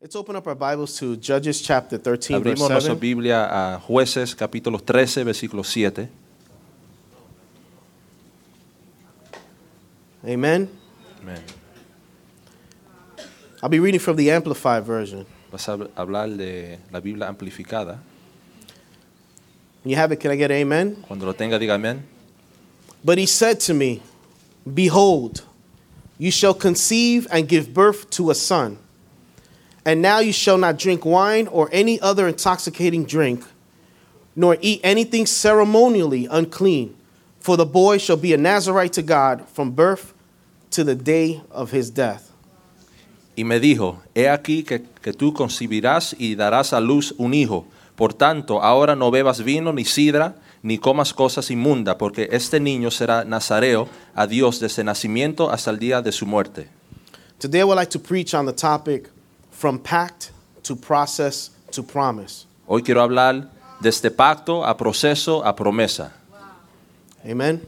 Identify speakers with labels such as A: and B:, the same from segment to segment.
A: Let's open up our Bibles to Judges chapter 13, verse
B: Abrimos nuestra
A: 7.
B: Biblia a Jueces, capítulo 13, versículo 7.
A: Amen. I'll be reading from the Amplified Version.
B: Vas a hab- hablar de la Biblia amplificada.
A: When you have it, can I get an amen?
B: Cuando lo tenga, diga amén.
A: But he said to me, Behold, you shall conceive and give birth to a son. And now you shall not drink wine or any other intoxicating drink, nor eat anything ceremonially unclean, for the boy shall be a Nazarite to God from birth to the day of his death.
B: Y me dijo, he aquí que, que tú concebirás y darás a luz un hijo. Por tanto, ahora no bebas vino ni sidra, ni comas cosas inmundas, porque este niño será nazareo a Dios desde nacimiento hasta el día de su muerte.
A: Today, I would like to preach on the topic from pact to process to promise.
B: Hoy quiero hablar de este pacto a proceso a promesa.
A: Amen?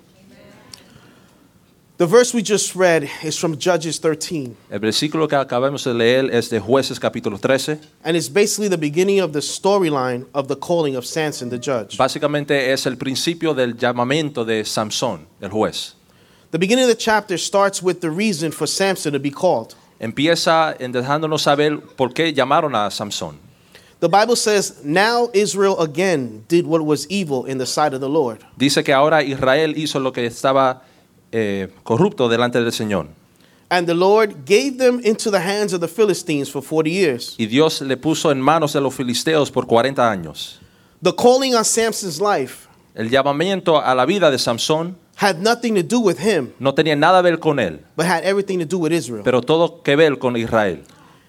A: The verse we just read is from Judges 13,
B: El versículo que acabamos de leer es de Jueces capítulo 13.
A: and it's basically the beginning of the storyline of the calling of Samson the judge.
B: Básicamente es el principio del llamamiento de Samson, el juez.
A: The beginning of the chapter starts with the reason for Samson to be called.
B: Empieza en dejándonos saber por qué llamaron a Samson.
A: The Bible says, Now Israel again did what was evil in the sight of the Lord.
B: Dice que ahora Israel hizo lo que estaba eh, corrupto delante del Señor.
A: And the Lord gave them into the hands of the Philistines for 40 years.
B: Y Dios le puso en manos de los filisteos por 40 años.
A: The calling on Samson's life
B: El llamamiento a la vida de Samson
A: had nothing to do with him,
B: no tenía nada que ver con él,
A: but had everything to do with Israel.
B: pero todo que ver con Israel.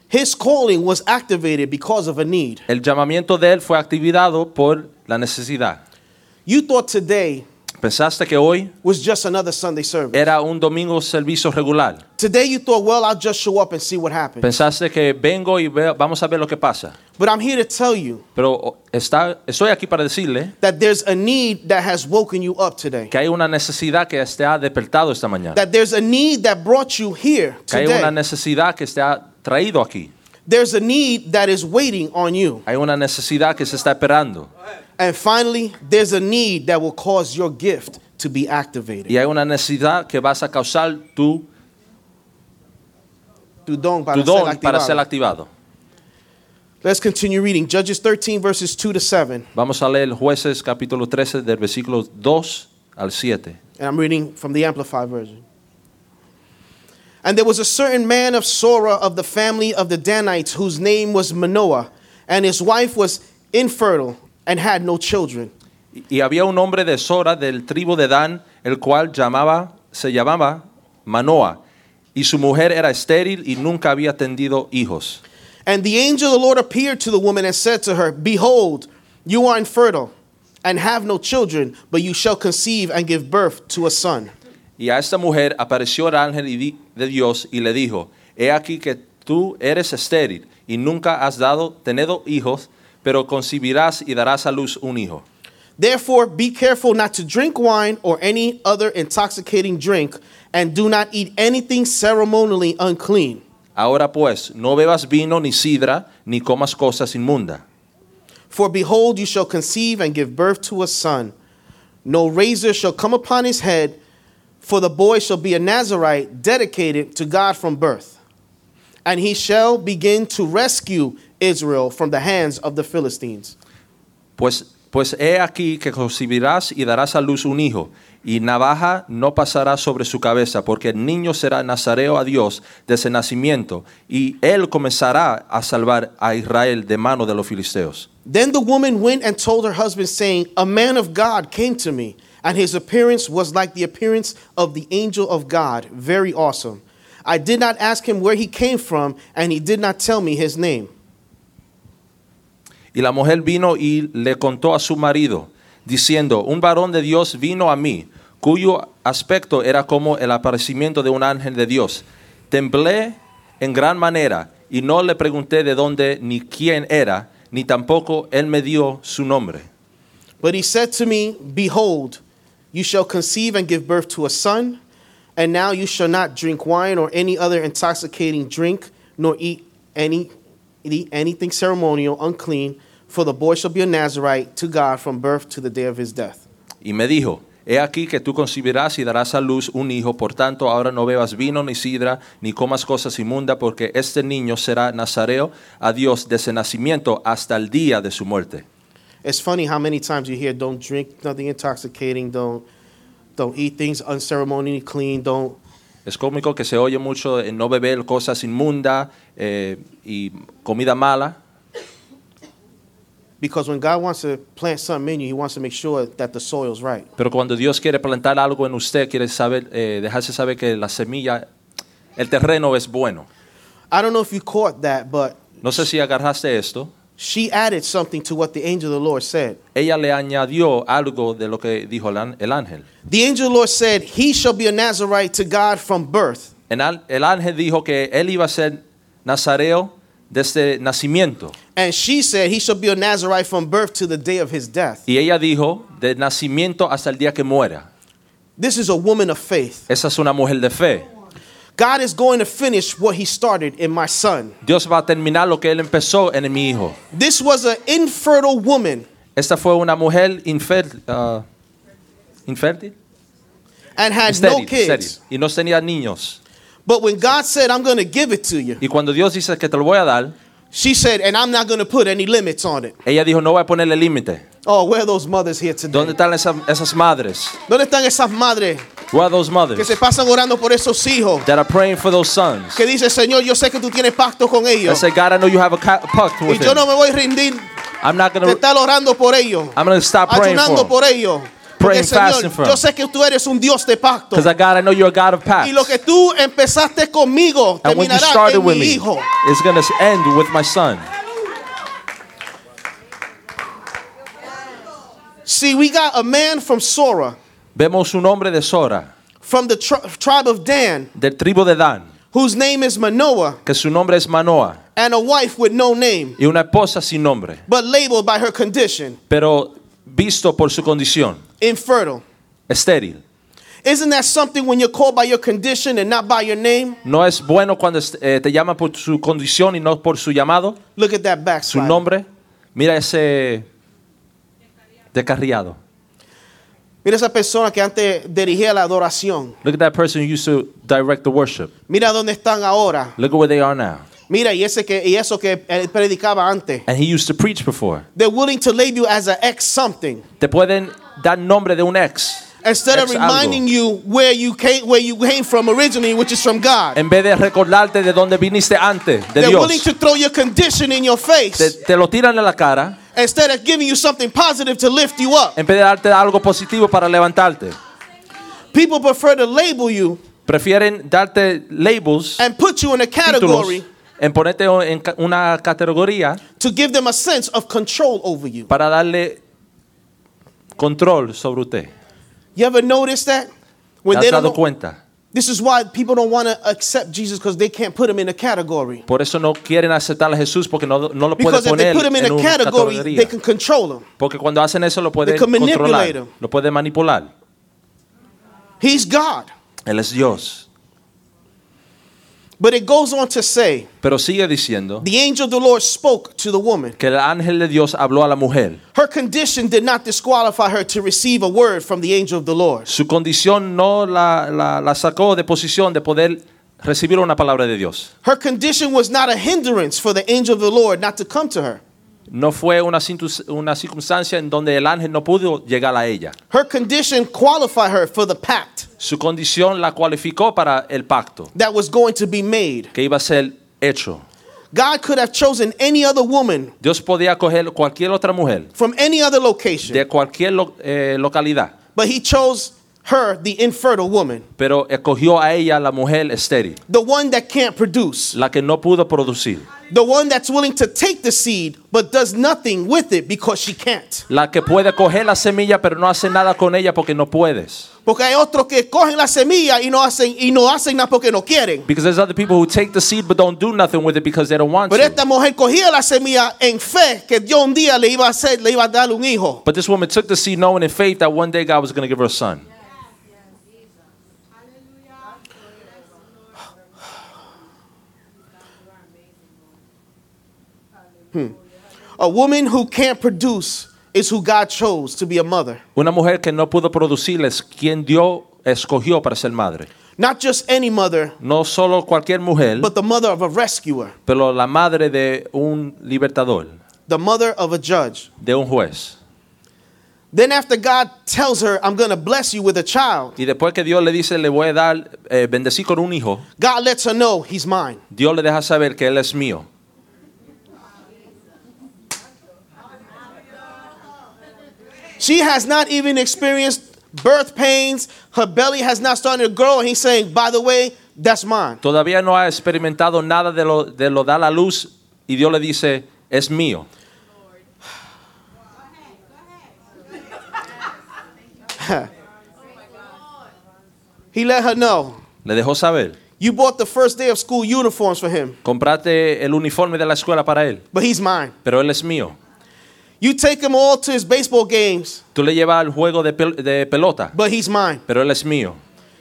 A: His calling was activated because of a need.
B: El llamamiento de él fue activado por la necesidad.
A: You thought today
B: Pensaste que hoy
A: was just another Sunday service.
B: era un domingo servicio regular.
A: Today you thought, well, I'll just show up and see what happens.
B: Pensaste que vengo y ve- vamos a ver lo que pasa.
A: But I'm here to tell you
B: Pero o, está, estoy aquí para decirle
A: that there's a need that has woken you up today.
B: que hay una necesidad que te ha despertado esta mañana.
A: That there's a need that brought you here
B: Que hay una
A: today.
B: necesidad que te ha traído aquí.
A: There's a need that is waiting on you.
B: Hay una necesidad que se está esperando.
A: And finally, there's a need that will cause your gift to be
B: Y
A: activated.
B: hay una necesidad que vas a causar tu,
A: Tu don para ser
B: tu don para ser
A: activado.
B: activado.
A: Let's continue reading. Judges 13, verses 2 to 7.
B: Vamos a leer jueces capítulo 13 del versículo 2 al 7.
A: And I'm reading from the Amplified Version. And there was a certain man of Sora of the family of the Danites whose name was Manoah, and his wife was infertile and had no children.
B: Y- Y había un hombre de Sora del tribu de Dan, el cual llamaba, se llamaba Manoa, y su mujer era estéril y nunca había tenido hijos.
A: And the angel of the Lord appeared to the woman and said to her, Behold, you are infertile and have no children, but you shall conceive and give birth to a son.
B: Y a esta mujer apareció el ángel y di- de Dios y le dijo, he aquí que tú eres estéril y nunca has dado, tenido hijos, pero concebirás y darás a luz un hijo.
A: Therefore, be careful not to drink wine or any other intoxicating drink, and do not eat anything ceremonially unclean.
B: Ahora pues, no bebas vino ni sidra, ni comas cosas inmundas.
A: For behold, you shall conceive and give birth to a son. No razor shall come upon his head, for the boy shall be a Nazarite dedicated to God from birth. And he shall begin to rescue Israel from the hands of the Philistines.
B: Pues, pues he aquí que concebirás y darás a luz un hijo, y navaja no pasará sobre su cabeza, porque el niño será nazareo a Dios desde nacimiento, y él comenzará a salvar a Israel de mano de los filisteos.
A: Then the woman went and told her husband, saying, A man of God came to me, and his appearance was like the appearance of the angel of God, very awesome. I did not ask him where he came from, and he did not tell me his name.
B: Y la mujer vino y le contó a su marido, diciendo, un varón de Dios vino a mí, cuyo aspecto era como el aparecimiento de un ángel de Dios. Temblé en gran manera y no le pregunté de dónde ni quién era, ni tampoco él me dio su nombre.
A: But he said to me, Behold, you shall conceive and give birth to a son, and now you shall not drink wine or any other intoxicating drink, nor eat any any- anything ceremonial, unclean, for the boy shall be a Nazarite to God from birth to the day of his death.
B: Y me dijo, he aquí que tú concebirás y darás a luz un hijo, por tanto ahora no bebas vino ni sidra, ni comas cosas inmundas, porque este niño será nazareo a Dios desde nacimiento hasta el día de su muerte.
A: It's funny how many times you hear don't drink nothing intoxicating, don't don't eat things unceremoniously clean, don't
B: Es cómico que se oye mucho en no beber cosas inmundas eh, y comida mala,
A: because when God wants to plant something in you, he wants to make sure that the soil's right.
B: pero cuando Dios quiere plantar algo en usted, quiere saber, eh, dejarse saber que la semilla, el terreno es bueno.
A: I don't know if you caught that, but
B: No sé si agarraste esto.
A: she added something to what the angel of the Lord said.
B: Ella le añadió algo de lo que dijo el an- el ángel.
A: The angel of the Lord said, He shall be a Nazarite to God from birth.
B: El, al- el ángel dijo que él iba a ser nazareo desde nacimiento.
A: And she said, He shall be a Nazarite from birth to the day of his death.
B: Y ella dijo, de nacimiento hasta el día que muera.
A: This is a woman of faith.
B: Esa es una mujer de fe.
A: God is going to finish what he started in my son.
B: Dios va a terminar lo que él empezó en mi hijo.
A: This was an infertile woman,
B: Esta fue una mujer infel- ah, infértil,
A: and had
B: estéril,
A: Ah, no kids.
B: estéril, y no tenía niños.
A: But when God said, I'm going to give it to you,
B: Y cuando Dios dice que te lo voy a dar,
A: she said, and I'm not going to put any limits on it.
B: ella dijo, no voy a ponerle límite.
A: Oh, where are those mothers here today?
B: ¿Dónde están esas, esas madres?
A: ¿Dónde están esas madres
B: Where are those
A: que se
B: mothers
A: pasan orando por esos hijos?
B: that are praying for those sons?
A: Que dice, Señor, yo sé que tú tienes pacto con
B: That
A: ellos.
B: say, God, I know you have a ca- pact
A: Y
B: with
A: yo
B: him.
A: no me voy a rendir
B: I'm not
A: de
B: going to
A: estar orando por ellos.
B: I'm gonna stop praying
A: ayunando
B: for
A: por ellos. Porque,
B: Praying, fasting
A: Señor,
B: for
A: yo
B: them.
A: sé que tú eres un Dios de pacto.
B: Because I God, I know you're a God of pacts.
A: Y lo que tú empezaste conmigo
B: and when you
A: terminará
B: started
A: en
B: with
A: mi
B: me,
A: hijo.
B: it's going to end with my son.
A: See, we got a man from Sora,
B: Vemos un hombre de Sora,
A: from the tri- tribe of Dan,
B: del tribu de Dan,
A: whose name is Manoah,
B: que su nombre es Manoa,
A: and a wife with no name,
B: y una esposa sin nombre,
A: but labeled by her condition,
B: pero visto por su condición,
A: infertile.
B: estéril.
A: Isn't that something when you're called by your condition and not by your name?
B: No es bueno cuando est- eh, te llaman por su condición y no por su llamado,
A: Look at that
B: su
A: backslide.
B: nombre. Mira ese descarriado.
A: Mira esa persona que antes dirigía la adoración.
B: Look at that person who used to direct the worship.
A: Mira dónde están ahora.
B: Look at where they are now.
A: Mira, y, ese que, y eso que él predicaba antes.
B: And he used to preach before.
A: They're willing to label you as an ex something
B: Te pueden dar nombre de un ex.
A: instead of
B: Ex algo.
A: reminding you where you came where you came from originally, which is from God.
B: En vez de recordarte de dónde viniste antes, de
A: They're willing
B: Dios.
A: to throw your condition in your
B: Te,
A: face
B: te lo tiran en la cara.
A: instead of giving you something positive to lift you up.
B: En vez de darte algo positivo para levantarte.
A: People prefer to label you
B: Prefieren darte labels,
A: and put you in a
B: títulos,
A: category
B: en ponerte o- en ca- una categoría
A: to give them a sense of control over you.
B: para darle control sobre usted.
A: You ever notice that?
B: ¿Te
A: When
B: has
A: they don't
B: dado
A: know,
B: cuenta?
A: this is why people don't want to accept Jesus because they can't put him in a category.
B: Por eso no quieren aceptar a Jesús porque no, no lo pueden
A: Because if they
B: poner
A: put him in
B: en
A: a
B: una
A: category, they
B: categoría.
A: can control him.
B: Porque cuando hacen eso lo pueden
A: They can manipulate
B: controlar,
A: him.
B: lo pueden manipular.
A: He's God.
B: Él es Dios.
A: But it goes on to say,
B: Pero sigue diciendo
A: the angel of the Lord spoke to the woman.
B: que el ángel de Dios habló a la mujer.
A: Her condition did not disqualify her to receive a word from the angel of the Lord.
B: Su condición no la, la- la sacó de posición de poder recibir una palabra de Dios.
A: Her condition was not a hindrance for the angel of the Lord not to come to her.
B: No fue una, cintu- una circunstancia en donde el ángel no pudo llegar a ella.
A: Her condition qualified her for the pact
B: Su condición la cualificó para el pacto
A: that was going to be made.
B: que iba a ser hecho.
A: God could have chosen any other woman
B: Dios podía coger cualquier otra mujer
A: from any other location,
B: de cualquier lo- eh, localidad,
A: but he chose her, the infertile woman,
B: pero escogió a ella la mujer estéril.
A: the one that can't produce,
B: la que no pudo producir,
A: the one that's willing to take the seed but does nothing with it because she can't.
B: la que puede coger la semilla pero no hace nada con ella porque no puedes.
A: Porque hay otros que cogen la semilla y no hacen y no hacen nada porque no quieren.
B: Because there's other people who take the seed but don't do nothing with it because they don't want
A: Pero
B: to.
A: esta mujer cogía la semilla en fe que Dios un día le iba a hacer, le iba a dar un hijo.
B: But this woman took the seed knowing in faith that one day God was going to give her a son.
A: A woman who can't produce is who God chose to be a mother.
B: Una mujer que no pudo producir es quien Dios escogió para ser madre.
A: Not just any mother,
B: No solo cualquier mujer,
A: but the mother of a rescuer,
B: pero la madre de un libertador,
A: the mother of a judge.
B: de un juez.
A: Then, after God tells her, I'm going to bless you with a child,
B: Y después que Dios le dice, le voy a dar, eh, bendecí con un hijo,
A: God lets her know he's mine.
B: Dios le deja saber que él es mío.
A: She has not even experienced birth pains. Her belly has not started to grow. And he's saying, by the way, that's mine.
B: Todavía no ha experimentado nada de lo, de lo da la luz y Dios le dice, es mío.
A: He let her know.
B: Le dejó saber,
A: You bought the first day of school uniforms for him,
B: comprate el uniforme de la escuela para él,
A: but he's mine.
B: pero él es mío.
A: You take him all to his baseball games,
B: Tú le llevas al juego de, pel- de pelota,
A: but he's mine.
B: pero él es mío.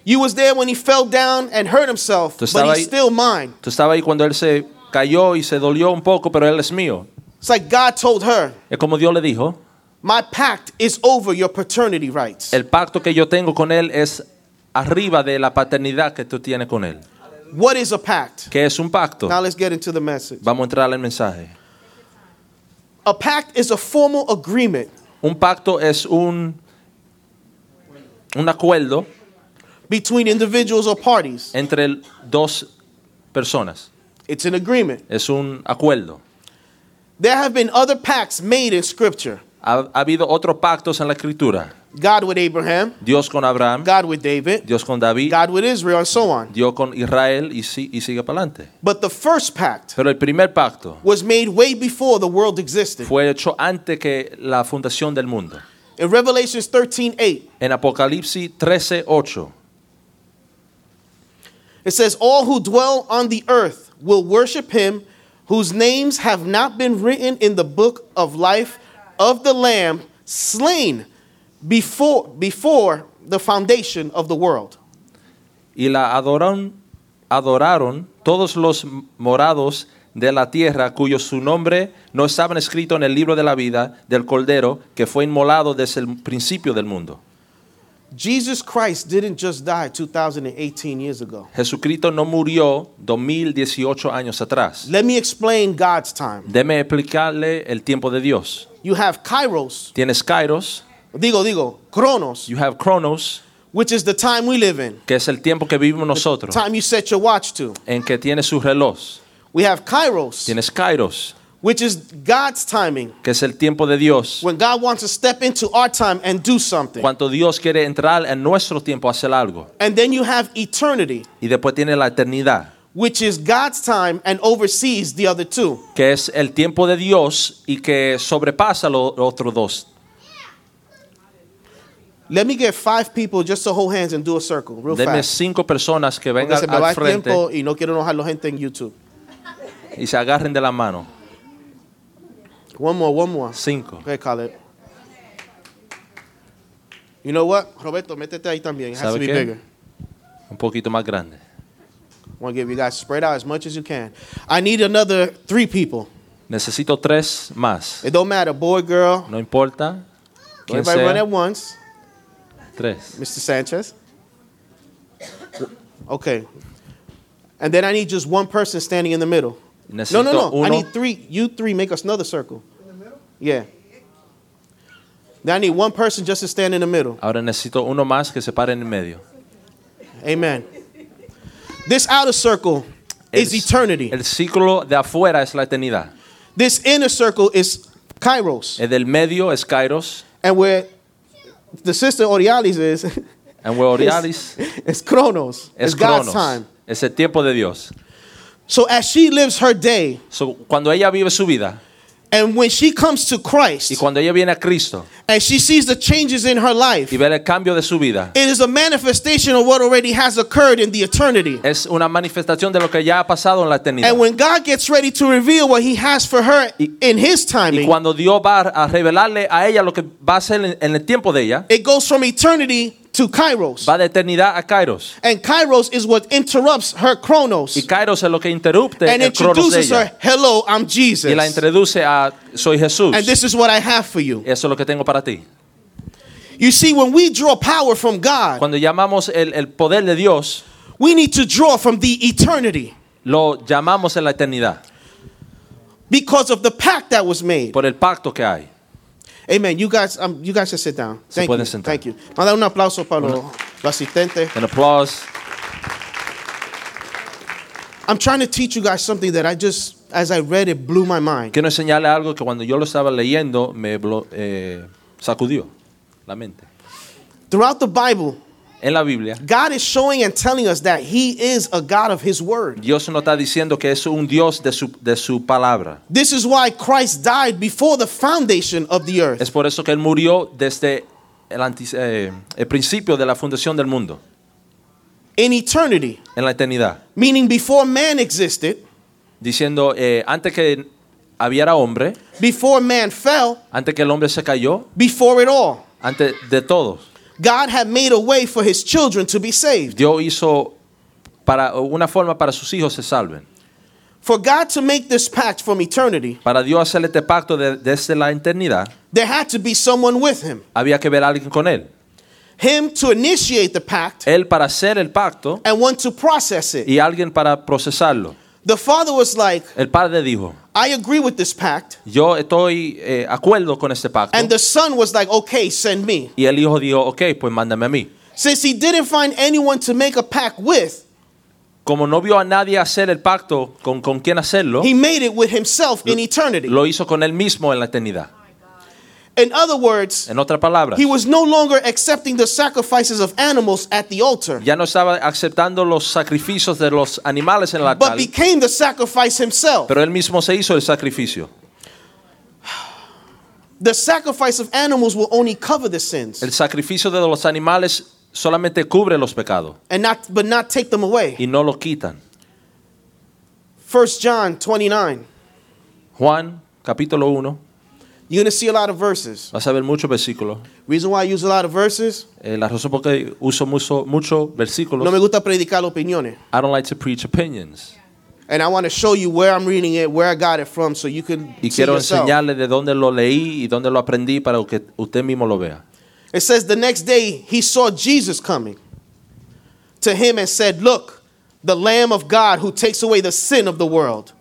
A: You was there when he fell down and hurt himself,
B: Tú
A: but
B: estaba
A: he's
B: ahí.
A: still mine.
B: Tú estabas ahí cuando él se cayó y se dolió un poco, pero él es mío.
A: It's like God told her,
B: Es como Dios le dijo,
A: "My pact is over your paternity rights.
B: el pacto que yo tengo con él es arriba de la paternidad que tú tienes con él.
A: What is a pact?
B: que es un pacto?
A: Now let's get into the message.
B: Vamos a entrar al mensaje.
A: A pact is a formal agreement
B: Un pacto es un, un acuerdo
A: between individuals or parties.
B: entre el- dos personas.
A: It's an agreement.
B: Es un acuerdo.
A: There have been other pacts made in scripture.
B: Ha, ha habido otros pactos en la escritura.
A: God with Abraham,
B: Dios con Abraham,
A: God with David,
B: Dios con David,
A: God with Israel, and so on.
B: Dios con Israel y, si- y sigue para adelante.
A: But the first pact
B: Pero el primer pacto
A: was made way before the world existed.
B: fue hecho antes que la fundación del mundo.
A: In Revelations 13 8,
B: En Apocalipsis 13, 8.
A: it says, All who dwell on the earth will worship him whose names have not been written in the book of life of the Lamb slain before, before the foundation of the world.
B: y la adoraron, adoraron todos los morados de la tierra cuyo su nombre no estaba escrito en el libro de la vida del Cordero que fue inmolado desde el principio del mundo.
A: Jesus Christ didn't just die 2018 years ago.
B: Jesucristo no murió 2018 años atrás.
A: Let me explain God's time.
B: Deme explicarle el tiempo de Dios.
A: You have Kairos,
B: Tienes Kairos,
A: digo, digo, Kronos,
B: you have Cronos,
A: which is the time we live in,
B: que es el tiempo que vivimos nosotros,
A: time you set your watch to.
B: en que tiene su reloj.
A: We have Kairos,
B: Tienes Kairos,
A: which is God's timing.
B: que es el tiempo de Dios.
A: When God wants to step into our time and do something.
B: Cuando Dios quiere entrar en nuestro tiempo a hacer algo.
A: And then you have eternity,
B: Y después tiene la eternidad,
A: which is God's time and oversees the other two.
B: que es el tiempo de Dios y que sobrepasa los otros dos.
A: Let me get five people just to hold hands and do a circle real
B: Deme
A: fast.
B: cinco personas que
A: Porque
B: vengan
A: se me va
B: al
A: el
B: frente
A: tiempo y no quiero enojar la gente en YouTube.
B: y se agarren de la mano.
A: One more, one more.
B: Cinco.
A: Okay, Khaled. You know what? Roberto, métete ahí también. It has to
B: ¿Sabe
A: be
B: qué?
A: bigger.
B: Un poquito más grande.
A: I want to give you guys spread out as much as you can. I need another three people.
B: Necesito tres más.
A: It don't matter, boy, girl.
B: No importa. quién
A: Everybody run
B: sea.
A: at once.
B: Tres.
A: Mr. Sanchez. Okay. And then I need just one person standing in the middle. No,
B: Necesito
A: no, no. I
B: uno.
A: need three. You three make us another circle. Yeah. Then I need one person just to stand in the middle.
B: Ahora necesito uno más que se pare en el medio.
A: Amen. This outer circle is
B: El-
A: eternity.
B: El círculo de afuera es la eternidad.
A: This inner circle is kairos.
B: El del medio es Kairos.
A: And where the sister Orialis is, is
B: And where Orialis
A: it's chronos. It's
B: es
A: God's
B: Cronos.
A: time.
B: Es el tiempo de Dios.
A: So as she lives her day,
B: So, cuando ella vive su vida,
A: and when she comes to Christ,
B: Y cuando ella viene a Cristo
A: and she sees the changes in her life,
B: y ve el cambio de su vida,
A: it is a manifestation of what already has occurred in the eternity.
B: es una manifestación de lo que ya ha pasado en la eternidad.
A: And when God gets ready to reveal what He has for her in His
B: Y
A: timing,
B: cuando Dios va a revelarle a ella lo que va a hacer en- en el tiempo de ella,
A: it goes from eternity to Kairos.
B: Va de eternidad a Kairos.
A: And Kairos is what interrupts her
B: Y
A: chronos
B: Kairos es lo que interrumpe
A: and
B: el cronos de
A: introduces
B: ella.
A: her, hello, I'm Jesus.
B: Y la introduce Eh. a soy Jesús.
A: And
B: Eso
A: this is what I have for you.
B: es lo que tengo para ti.
A: You see, when we draw power from God,
B: Cuando llamamos el, el poder de Dios,
A: we need to draw from the eternity
B: lo llamamos en la eternidad,
A: because of the pact that was made.
B: por el pacto que hay.
A: Amen. You guys, um, you guys should sit down.
B: Se
A: Thank
B: pueden
A: you.
B: sentar.
A: Thank you. Manda un aplauso para los los asistentes.
B: Un aplauso.
A: I'm trying to teach you guys something that I just, as I read it, blew my mind.
B: Quiero enseñarle algo que cuando yo lo estaba leyendo me blo- eh, sacudió la mente.
A: Throughout the Bible,
B: En la Biblia,
A: God is showing and telling us that He is a God of His Word.
B: Dios nos está diciendo que es un Dios de su, de su palabra.
A: This is why Christ died before the foundation of the earth.
B: Es por eso que Él murió desde el, anti- eh, el principio de la fundación del mundo,
A: In eternity,
B: en la eternidad,
A: meaning before man existed,
B: diciendo, eh, antes que hubiera hombre,
A: before man fell,
B: antes que el hombre se cayó,
A: before it all.
B: antes de todos,
A: God had made a way for His children to be saved.
B: Dios hizo para una forma para sus hijos se salven.
A: For God to make this pact from eternity,
B: Para Dios hacer este pacto de- desde la eternidad,
A: there had to be someone with Him.
B: había que ver a alguien con él.
A: Him to initiate the pact
B: Él para hacer el pacto
A: and one to process it.
B: y alguien para procesarlo.
A: The father was like,
B: El padre dijo,
A: I agree with this pact.
B: yo estoy eh, acuerdo con este pacto.
A: And the son was like, okay, send me.
B: Y el hijo dijo, ok, pues mándame a mí.
A: Since he didn't find anyone to make a pact with,
B: Como no vio a nadie hacer el pacto con, con quién hacerlo,
A: he made it with himself in eternity.
B: lo hizo con él mismo en la eternidad.
A: In other words,
B: En otras palabras,
A: he was no longer accepting the sacrifices of animals at the altar,
B: ya no estaba aceptando los sacrificios de los animales en la
A: but
B: altar,
A: became the sacrifice himself.
B: pero él mismo se hizo el sacrificio.
A: The sacrifice of animals will only cover the sins
B: El sacrificio de los animales solamente cubre los pecados
A: and not but not take them away.
B: y no los quitan.
A: 1 John 29.
B: Juan capítulo 1,
A: You're going to see a lot of verses.
B: vas a ver muchos versículos.
A: Reason why I use a lot of verses,
B: Eh, la razón por qué uso muchos versículos.
A: no me gusta predicar opiniones.
B: I don't like to preach opinions.
A: And I want to show you where I'm reading it, where I got it from, so you can
B: Y
A: see
B: quiero
A: yourself.
B: enseñarle de dónde lo leí y dónde lo aprendí para que usted mismo lo vea.
A: It says the next day he saw Jesus coming to him and said, "Look, the Lamb of God who takes away the sin of the world."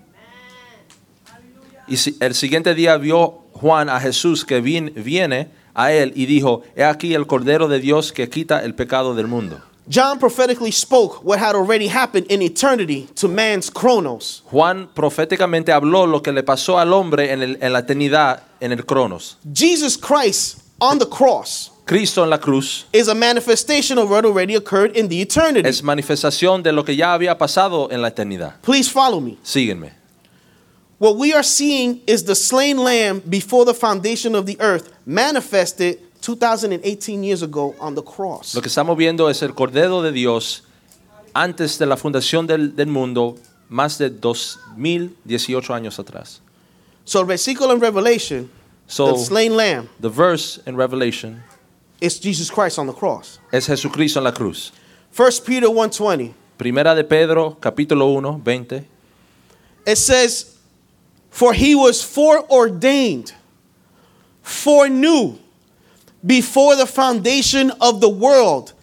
B: Y si- el siguiente día vio Juan a Jesús que vin- viene a él y dijo, he aquí el Cordero de Dios que quita el pecado del mundo.
A: John prophetically spoke what had already happened in eternity to man's chronos.
B: Juan proféticamente habló lo que le pasó al hombre en, el- en la eternidad, en el Cronos.
A: Jesus Christ on the cross
B: Cristo en la cruz
A: is a manifestation of what already occurred in the eternity.
B: es manifestación de lo que ya había pasado en la eternidad.
A: Please follow me.
B: Síguenme.
A: What we are seeing is the slain lamb before the foundation of the earth manifested 2018 years ago on the cross.
B: Lo que estamos viendo es el Cordero de Dios antes de la fundación del, del mundo, más de 2018 años atrás.
A: So, versículo in Revelation,
B: So-
A: the slain lamb
B: The verse in Revelation
A: is Jesus Christ on the cross.
B: es Jesucristo en la cruz.
A: 1 Peter 1:20.
B: Primera de Pedro, capítulo 1, 20.
A: It says, "For he was foreordained, foreknew before the foundation of the world,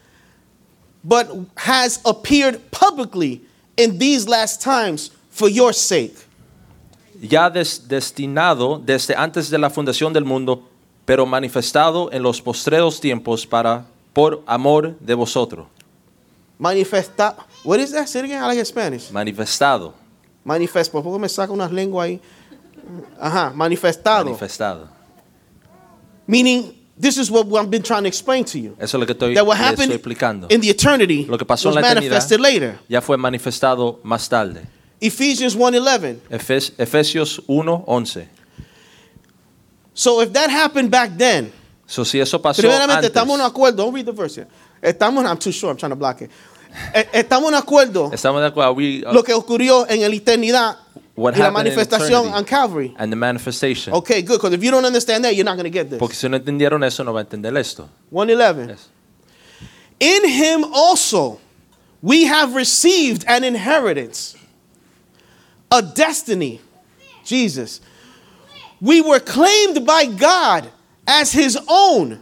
A: but has appeared publicly in these last times for your sake."
B: Ya des- destinado desde antes de la fundación del mundo, pero manifestado en los postreros tiempos para por amor de vosotros.
A: Manifesta. What is that? Say it again. I like it Spanish.
B: Manifestado.
A: Manifest. Por poco me saca unas lenguas ahí. Ajá. Manifestado.
B: Manifestado.
A: Meaning, this is what I've been trying to explain to you.
B: Eso es lo que estoy,
A: That what
B: le estoy
A: happened
B: explicando.
A: in the eternity
B: Lo que pasó
A: was
B: en la
A: manifested
B: eternidad
A: later.
B: ya fue manifestado más tarde.
A: Ephesians 1.11.
B: Efes- Efesios 1, 11.
A: So if that happened back then,
B: So, si eso pasó
A: primeramente
B: antes,
A: estamos en acuerdo. Don't read the verse yet. Estamos, en- I'm too sure, I'm trying to block it. E- Estamos en acuerdo
B: estamos de acuerdo. we-
A: lo que ocurrió en la eternidad
B: What
A: y la
B: happened in
A: manifestación
B: eternity.
A: on Calvary.
B: and the manifestation.
A: Okay, good, because if you don't understand that, you're not going to get this.
B: Porque si no entendieron eso, no va a entender esto.
A: 111.
B: Yes.
A: In him also we have received an inheritance, a destiny, Jesus. We were claimed by God as his own,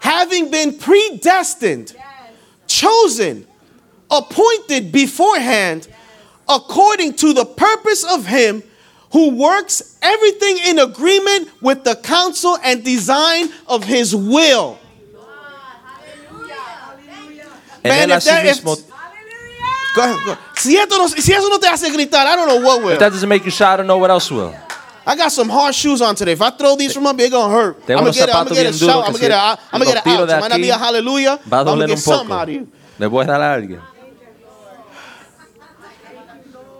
A: having been predestined, chosen, appointed beforehand, according to the purpose of him who works everything in agreement with the counsel and design of his will.
B: En
A: Man,
B: él
A: if that- if-
B: asimismo.
A: Go ahead, go ahead. Si, esto no- si eso no te hace gritar, I don't know what will.
B: If that doesn't make you shout, I don't know what else will.
A: I got some hard shoes on today. If I throw these from up, it's gonna hurt.
B: Tengo
A: I'm gonna
B: unos
A: get, a- I'ma
B: zapatos
A: get a
B: bien duros
A: shout.
B: que
A: I'm gonna
B: si
A: get a, I- I'ma
B: los
A: get a
B: tiro
A: ouch.
B: de
A: It might not be a
B: aquí,
A: hallelujah.
B: Va a
A: but I'ma
B: doler
A: get
B: un
A: something out of
B: poco.
A: you.
B: Le voy a dar a alguien.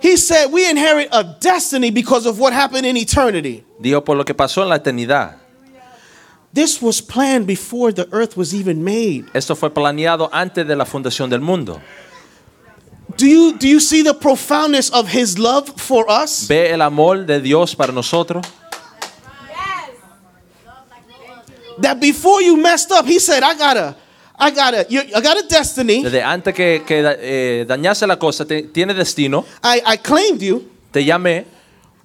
A: He said, "We inherit a destiny because of what happened in eternity.
B: Dijo, por lo que pasó en la eternidad.
A: This was planned before the earth was even made.
B: Esto fue planeado antes de la fundación del mundo.
A: Do you do you see the profoundness of His love for us?
B: Ve el amor de Dios para nosotros.
A: That before you messed up, He said, "I gotta, I gotta, you, I got a destiny.
B: Desde antes que, que da- eh, dañase la cosa, te- tiene destino.
A: I, I claimed you,
B: Te llamé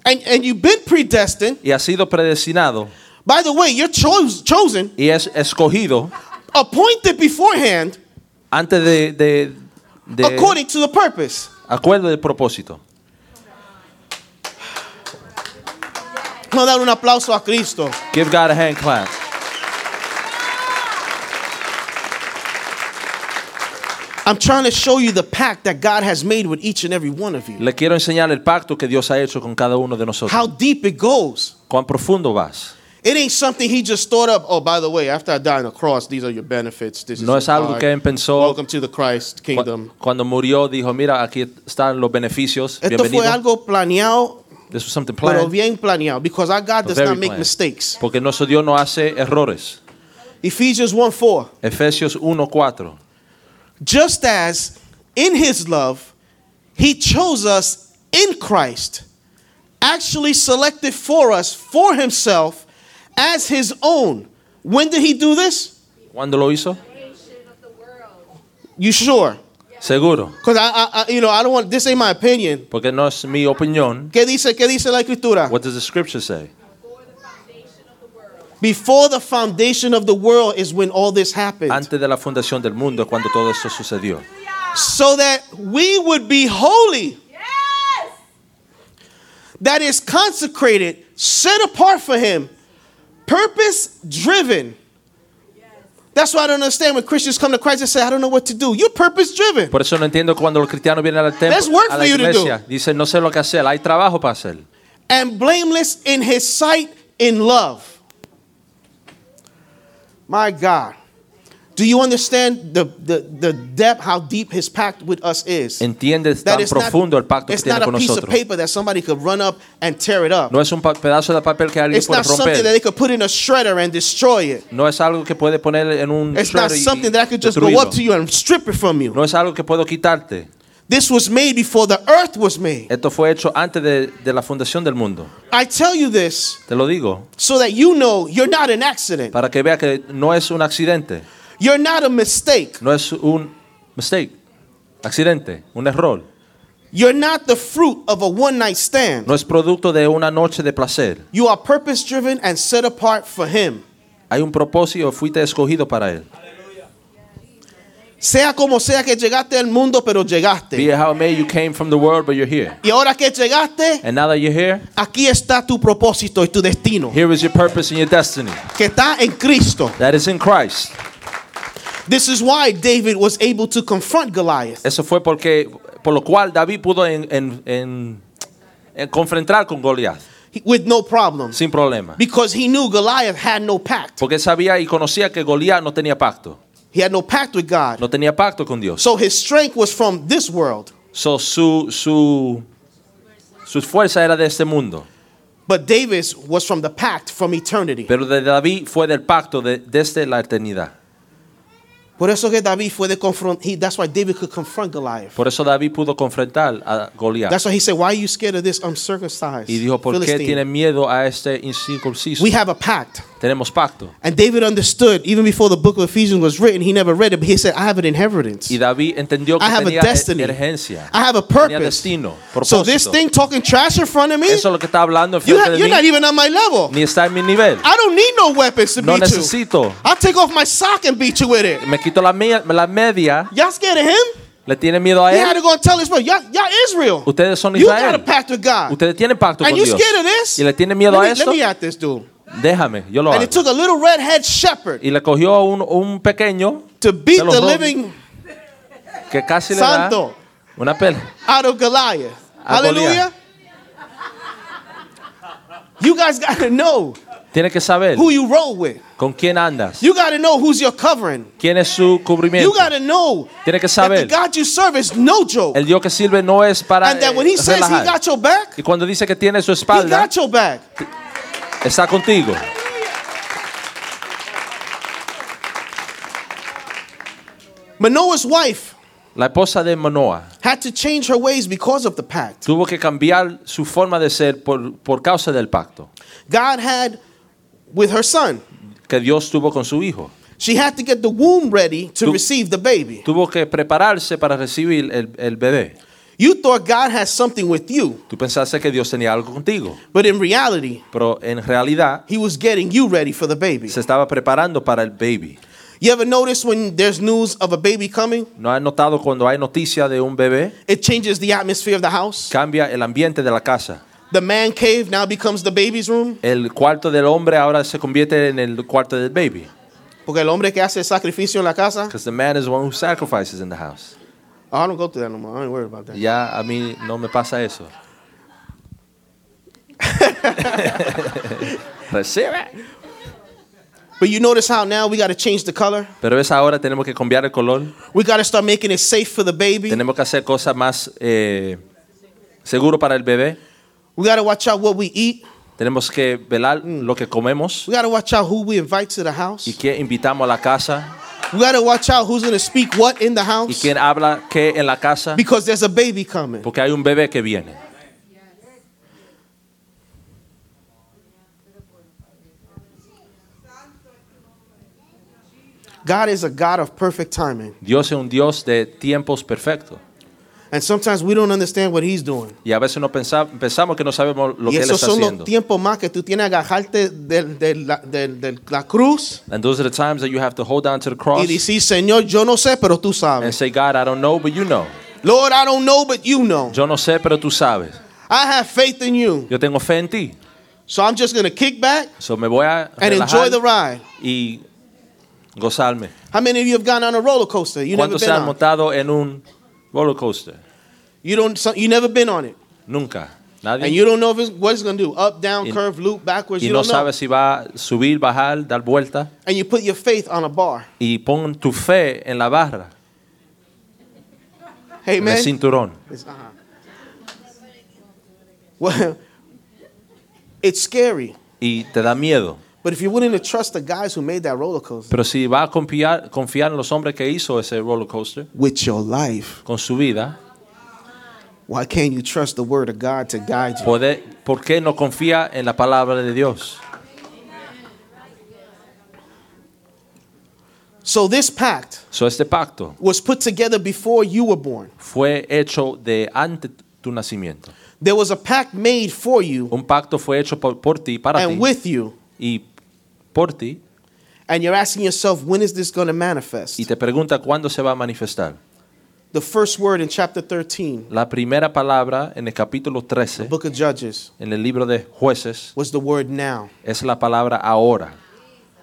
A: and and you've been predestined.
B: y has sido predestinado
A: By the way, you're chos- chosen,
B: y es escogido
A: appointed beforehand."
B: antes de, de, de
A: according to the purpose.
B: acuerdo de propósito.
A: Vamos a dar un aplauso a Cristo.
B: Give God a hand clap.
A: I'm trying to show you the pact that God has made with each and every one of you.
B: Le quiero enseñar el pacto que Dios ha hecho con cada uno de nosotros.
A: How deep it goes.
B: Cuán profundo vas.
A: It ain't something he just thought up. Oh, by the way, after I die on the cross, these are your benefits. This is
B: No
A: your
B: es algo
A: card.
B: que él pensó.
A: Welcome to the Christ
B: Cu-
A: kingdom.
B: Cuando murió dijo, mira, aquí están los beneficios.
A: Esto fue
B: Bienvenido.
A: algo planeado,
B: This was something
A: pero
B: planned.
A: bien planeado, because our God
B: but
A: does
B: very
A: not make
B: planned.
A: mistakes.
B: Porque nuestro Dios no hace errores.
A: Ephesians 1 4.
B: Efesios 1:4.
A: Just as in his love, he chose us in Christ, actually selected for us for himself as his own. When did he do this?
B: ¿Cuándo lo hizo?
A: You sure?
B: Seguro.
A: Because I, I, I, you know, I don't want, this ain't my opinion.
B: Porque no es mi opinión.
A: ¿Qué dice, qué dice la escritura?
B: What does the scripture say?
A: Before the foundation of the world is when all this happened.
B: Antes de la fundación del mundo, cuando todo esto sucedió.
A: so that we would be holy. That is consecrated, set apart for Him, purpose driven. That's why I don't understand when Christians come to Christ and say, I don't know what to do. You're purpose driven.
B: Por eso no entiendo cuando los cristianos vienen al templo,
A: There's work
B: a la
A: for you to
B: iglesia, dicen no sé lo que hacer, hay trabajo para hacer.
A: and blameless in his sight in love. My God. Do you understand the, the, the depth, how deep his pact with us is?
B: Entiendes
A: That
B: tan
A: it's not-
B: profundo el pacto que
A: it's not
B: tiene
A: a
B: con
A: piece of
B: nosotros.
A: paper that somebody could run up and tear it up.
B: No es un pa- pedazo de papel que alguien
A: it's
B: puede
A: not something that
B: romper.
A: they could put in a shredder and destroy it.
B: No es algo que puede poner en un
A: It's not
B: shredder y
A: something that I could just go
B: destruirlo.
A: up to you and strip it from you.
B: No es algo que puedo quitarte.
A: This was made before the earth was made.
B: Esto fue hecho antes de, de la fundación del mundo.
A: I tell you this
B: Te lo digo
A: so that you know you're not an accident.
B: para que vea que no es un accidente,
A: You're not a mistake.
B: no es un mistake, accidente, un error.
A: You're not the fruit of a one night stand.
B: No es producto de una noche de placer.
A: You are purpose driven and set apart for Him.
B: Hay un propósito, fuiste escogido para él.
A: Sea como sea que llegaste al mundo, pero
B: Be
A: llegaste.
B: it how it may, you came from the world, but you're here.
A: Y ahora que llegaste,
B: And now that you're here,
A: aquí está tu propósito y tu destino,
B: here is your purpose and your destiny.
A: que está en Cristo.
B: That is in Christ.
A: This is why David was able to confront Goliath.
B: Eso fue porque, por lo cual David pudo en, en- en- en confrontar con Goliat
A: with no problem
B: sin problema.
A: because he knew Goliath had no pact.
B: Porque sabía y conocía que Goliat no tenía pacto.
A: He had no pact with God.
B: No tenía pacto con Dios.
A: So his strength was from this world.
B: So, su, su, su fuerza era de este mundo.
A: But David's was from the pact from eternity.
B: Pero de David fue del pacto de- desde la eternidad.
A: Por eso que David fue de confront, he, that's why David could confront Goliath.
B: Por eso David pudo confrontar a Goliat.
A: That's why he said, Why are you scared of this uncircumcised?
B: Y dijo, ¿por qué
A: Philistine?"
B: tiene miedo a este
A: We
B: incircunciso?
A: have a pact.
B: tenemos pacto.
A: And David understood, even before the book of Ephesians was written, he never read it, but he said, I have an inheritance.
B: Y David entendió que
A: I have a
B: tenía
A: destiny.
B: emergencia,
A: I have a
B: tenía
A: purpose.
B: destino,
A: So this
B: propósito.
A: thing talking trash in front of me,
B: Eso es lo que está hablando
A: you ha-
B: enfrente de
A: you're not
B: mí,
A: even on my level.
B: ni está en mi nivel.
A: I don't need no weapons to
B: No
A: beat you.
B: necesito.
A: I'll take off my sock and beat you with it.
B: Me quito la, mía- la media,
A: Y'all scared of him?
B: le tiene miedo a
A: He had
B: él.
A: to go and tell his brother, y'all, y'all Israel.
B: Ustedes son
A: You got a
B: Israel.
A: pact with God.
B: Ustedes tienen pacto con
A: And you
B: Dios.
A: scared of this?
B: Y le tiene miedo
A: let,
B: a
A: me, let
B: esto.
A: me at this dude.
B: Déjame, yo lo
A: And
B: hago.
A: it took a little redhead shepherd
B: Y le cogió a un, un pequeño
A: to beat
B: Se lo
A: the
B: robo.
A: living
B: que casi
A: Santo.
B: le da una pelea.
A: out of Goliath.
B: A
A: Hallelujah.
B: Goliath.
A: You guys got to know
B: Tiene que saber
A: who you roll with.
B: con quién andas,
A: You got to know who's your covering.
B: quién es su cubrimiento.
A: You got to know
B: Tiene
A: that the
B: que saber,
A: God you serve is no joke.
B: el Dios que sirve no es para
A: And that when he
B: eh,
A: says he
B: relajar.
A: got your back,
B: Y cuando dice que tiene su
A: he
B: espalda,
A: got your back.
B: está contigo.
A: Manoah's wife
B: La esposa de Manoah
A: had to change her ways because of the pact.
B: tuvo que cambiar su forma de ser por, por causa del pacto
A: God had with her son.
B: que Dios tuvo con su hijo.
A: She had to get the womb ready to
B: Tu-
A: receive the baby.
B: Tuvo que prepararse para recibir el, el bebé.
A: You thought God had something with you,
B: Tú pensaste que Dios tenía algo contigo,
A: but in reality,
B: pero en realidad
A: he was getting you ready for the baby.
B: se estaba preparando para el baby.
A: You ever notice when there's news of a baby coming,
B: ¿No has notado cuando hay noticia de un bebé?
A: it changes the atmosphere of the house?
B: Cambia el ambiente de la casa.
A: The man cave now becomes the baby's room.
B: El cuarto del hombre ahora se convierte en el cuarto del baby.
A: Porque el hombre que hace el sacrificio en la casa,
B: Because the man is the one who sacrifices in the house.
A: oh, I don't go through that no more. I ain't worried about that.
B: Ya a mí no me pasa eso. Recibe.
A: But you notice how now we got to change the color.
B: Pero es ahora tenemos que cambiar el color.
A: We got to start making it safe for the baby.
B: Tenemos que hacer cosas más eh, seguro para el bebé.
A: We got to watch out what we eat.
B: Tenemos que velar lo que comemos
A: We got to watch out who we invite to the house.
B: y qué invitamos a la casa
A: We got to watch out who's going to speak what in the
B: y
A: house
B: quién habla qué en la casa.
A: because there's a baby coming.
B: Porque hay un bebé que viene.
A: God is a God of perfect timing.
B: Dios es un Dios de tiempos perfectos.
A: And sometimes we don't understand what he's doing.
B: Y a veces no pensa- pensamos que no sabemos lo
A: y
B: que Él
A: esos
B: está
A: son los
B: haciendo.
A: tiempos más que tú tienes que agajarte de, de la, de- de la cruz
B: And those are the times that you have to hold down to the
A: y
B: cross
A: decir, Señor, yo no sé, pero tú
B: and
A: sabes.
B: say, God, I don't know, but you know.
A: Lord, I don't know, but you know.
B: Yo no sé, pero tú sabes.
A: I have faith in you.
B: Yo tengo fe en ti.
A: So I'm just going to kick back
B: So me voy a
A: and enjoy
B: relajar
A: the ride.
B: y gozarme.
A: How many of you have gone on a roller coaster? You never
B: ¿Cuántos
A: been
B: se han
A: on.
B: montado en un roller coaster?
A: You don't. so- You never been on it,
B: Nunca.
A: and
B: Nadie.
A: you don't know if it's, what it's going to do. Up, down,
B: Y-
A: curve, loop, backwards.
B: Y
A: You
B: no
A: don't know.
B: sabes si va a subir, bajar, dar vuelta.
A: And you put your faith on a bar.
B: Y pon tu fe en la barra, en el
A: Amen.
B: cinturón.
A: It's, uh-huh. Well, it's scary.
B: Y te da miedo.
A: But if you're willing to trust the guys who made that roller coaster
B: Pero si va a confiar, confiar en los hombres que hizo ese roller coaster
A: with your life,
B: con su vida,
A: why can't you trust the word of God to guide you?
B: puede- ¿por qué no confía en la palabra de Dios?
A: So this pact
B: So, este pacto
A: was put together before you were born.
B: fue hecho de antes tu nacimiento.
A: There was a pact made for you
B: Un pacto fue hecho por, por ti, para ti
A: and with you.
B: y por ti,
A: And you're asking yourself, when is this going to manifest?
B: y te pregunta cuándo se va a manifestar.
A: The first word in chapter 13,
B: La primera palabra en el capítulo 13,
A: book of Judges,
B: en el libro de jueces,
A: was the word now.
B: es la palabra ahora.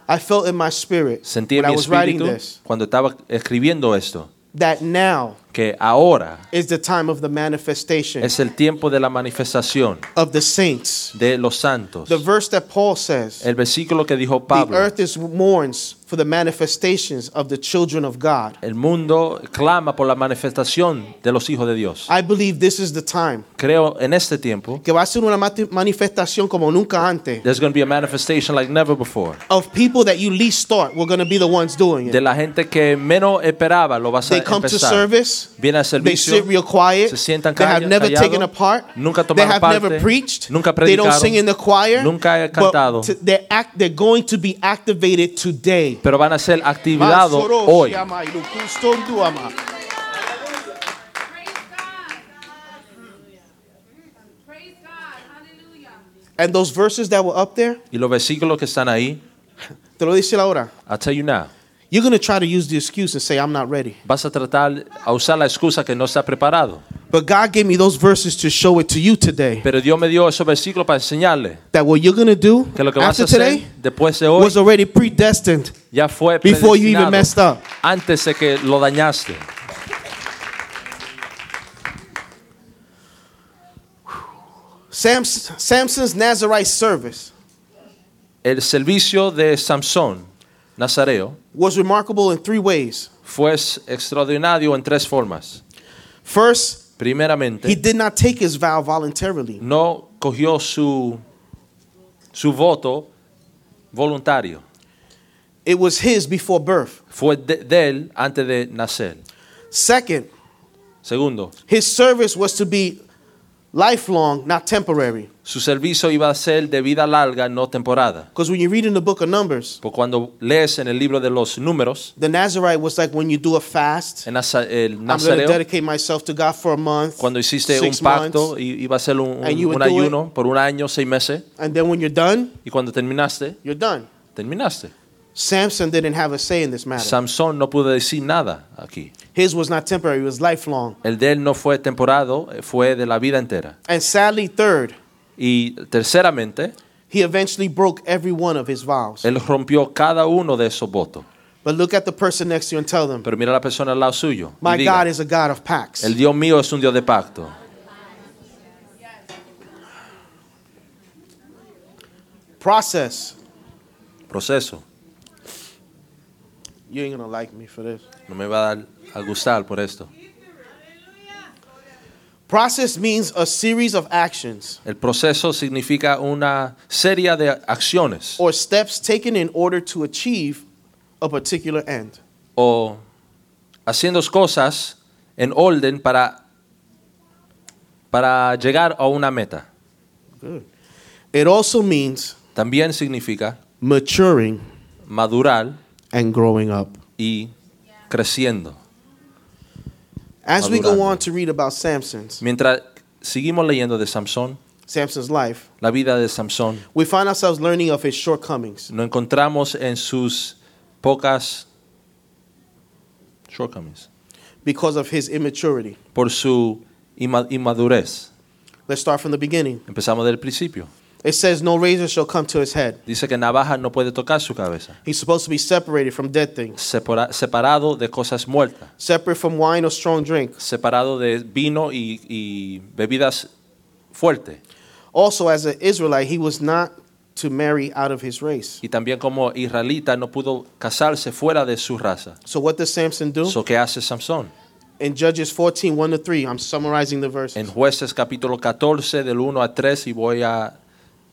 A: I felt in my spirit
B: Sentí en
A: when I
B: mi
A: was writing
B: espíritu
A: this
B: cuando estaba escribiendo esto,
A: that now
B: que ahora
A: is the time of the manifestation
B: es el tiempo de la manifestación
A: of the saints.
B: de los santos.
A: The verse that Paul says,
B: El versículo que dijo
A: the
B: Pablo,
A: earth is mourns for the manifestations of the children of God.
B: El mundo clama por la manifestación de los hijos de Dios.
A: I believe this is the time
B: Creo en este tiempo,
A: que va a ser una mati- manifestación como nunca antes
B: there's going to be a manifestation like never before.
A: of people that you least thought were going to be the ones doing
B: De
A: it.
B: la gente que menos esperaba lo vas a
A: They come to
B: empezar.
A: service.
B: Viene al
A: They sit
B: servicio,
A: real quiet.
B: se
A: They
B: sientan
A: have
B: calla-
A: never
B: callados,
A: taken a part.
B: nunca
A: They
B: tomaron
A: have
B: parte,
A: never preached.
B: nunca
A: They don't
B: predicaron,
A: sing in the choir.
B: nunca he
A: but
B: cantado.
A: t- they're, act- they're going to be activated today.
B: pero van a ser activados hoy.
C: Praise God. Praise God. Hallelujah.
A: And those verses that were up there,
B: Y los versículos que están ahí,
A: te lo dice la hora.
B: I'll tell you now,
A: You're going to try to use the excuse and say, I'm not ready.
B: vas a tratar a usar la excusa que no está preparado.
A: But God gave me those verses to show it to you today.
B: Pero Dios me dio esos versículos para enseñarle
A: That what you're going to do
B: que lo que vas a
A: after
B: hacer
A: today
B: después de hoy
A: was already predestined.
B: ya fue
A: before you
B: predestinado
A: even messed up.
B: antes de que lo dañaste.
A: Samson, Samson's Nazarite service
B: El servicio de Samson Nazareo
A: was remarkable in three ways.
B: fue extraordinario en tres formas.
A: First, he
B: Primeramente,
A: did not take his vow voluntarily.
B: no cogió su, su voto voluntario.
A: It was his before birth.
B: Fue de, de él antes de nacer.
A: Second,
B: Segundo,
A: his service was to be lifelong, not temporary.
B: su servicio iba a ser de vida larga, no temporada.
A: Because when you read in the book of Numbers,
B: Porque cuando lees en el libro de los números,
A: the Nazarite was like when you do a fast.
B: en Naza- el
A: I'm going to
B: Nazareo,
A: dedicate myself to God for a month.
B: cuando hiciste un
A: six
B: pacto,
A: months,
B: i- iba a ser un, un-
A: And you would
B: un
A: do it.
B: ayuno por un año, seis meses,
A: and then when you're done,
B: y cuando terminaste,
A: you're done.
B: terminaste.
A: Samson didn't have a say in this matter.
B: Samson no pudo decir nada aquí.
A: His was not temporary, it was lifelong.
B: El de él no fue temporado, eh, fue de la vida entera.
A: And sadly, third,
B: Y terceramente,
A: he eventually broke every one of his vows.
B: él rompió cada uno de esos votos.
A: But look at the person next to you and tell them,
B: Pero mira a la persona al lado suyo. y
A: My
B: diga,
A: God is a God of pacts.
B: el Dios mío es un Dios de pacto.
A: Process.
B: Proceso.
A: You ain't gonna like me for this.
B: No me va a dar a gustar por esto.
A: Process means a series of actions
B: El proceso significa una serie de acciones
A: or steps taken in order to achieve a particular end.
B: o haciendo cosas en orden para, para llegar a una meta.
A: Good. It also means
B: También significa
A: maturing
B: madurar
A: and growing up.
B: y creciendo.
A: As we go
B: Madurando.
A: on to read about Samson's
B: Mientras seguimos leyendo de Samson,
A: Samson's life,
B: la vida de Samson,
A: we find ourselves learning of his shortcomings.
B: nos encontramos en sus pocas shortcomings,
A: because of his immaturity.
B: por su ima- inmadurez.
A: Let's start from the beginning.
B: Empezamos del principio.
A: It says, No razor shall come to his head.
B: Dice que navaja no puede tocar su cabeza,
A: He's supposed to be separated from dead things,
B: separa- separado de cosas muertas,
A: separate from wine or strong drink.
B: separado de vino y, y bebidas fuertes.
A: Also, as an Israelite, he was not to marry out of his race.
B: Y también como israelita no pudo casarse fuera de su raza.
A: So, what does Samson do?
B: So, ¿Qué hace Samson?
A: In Judges 14 1 to 3, I'm summarizing the verses.
B: En jueces capítulo 14 del 1 a 3 y voy a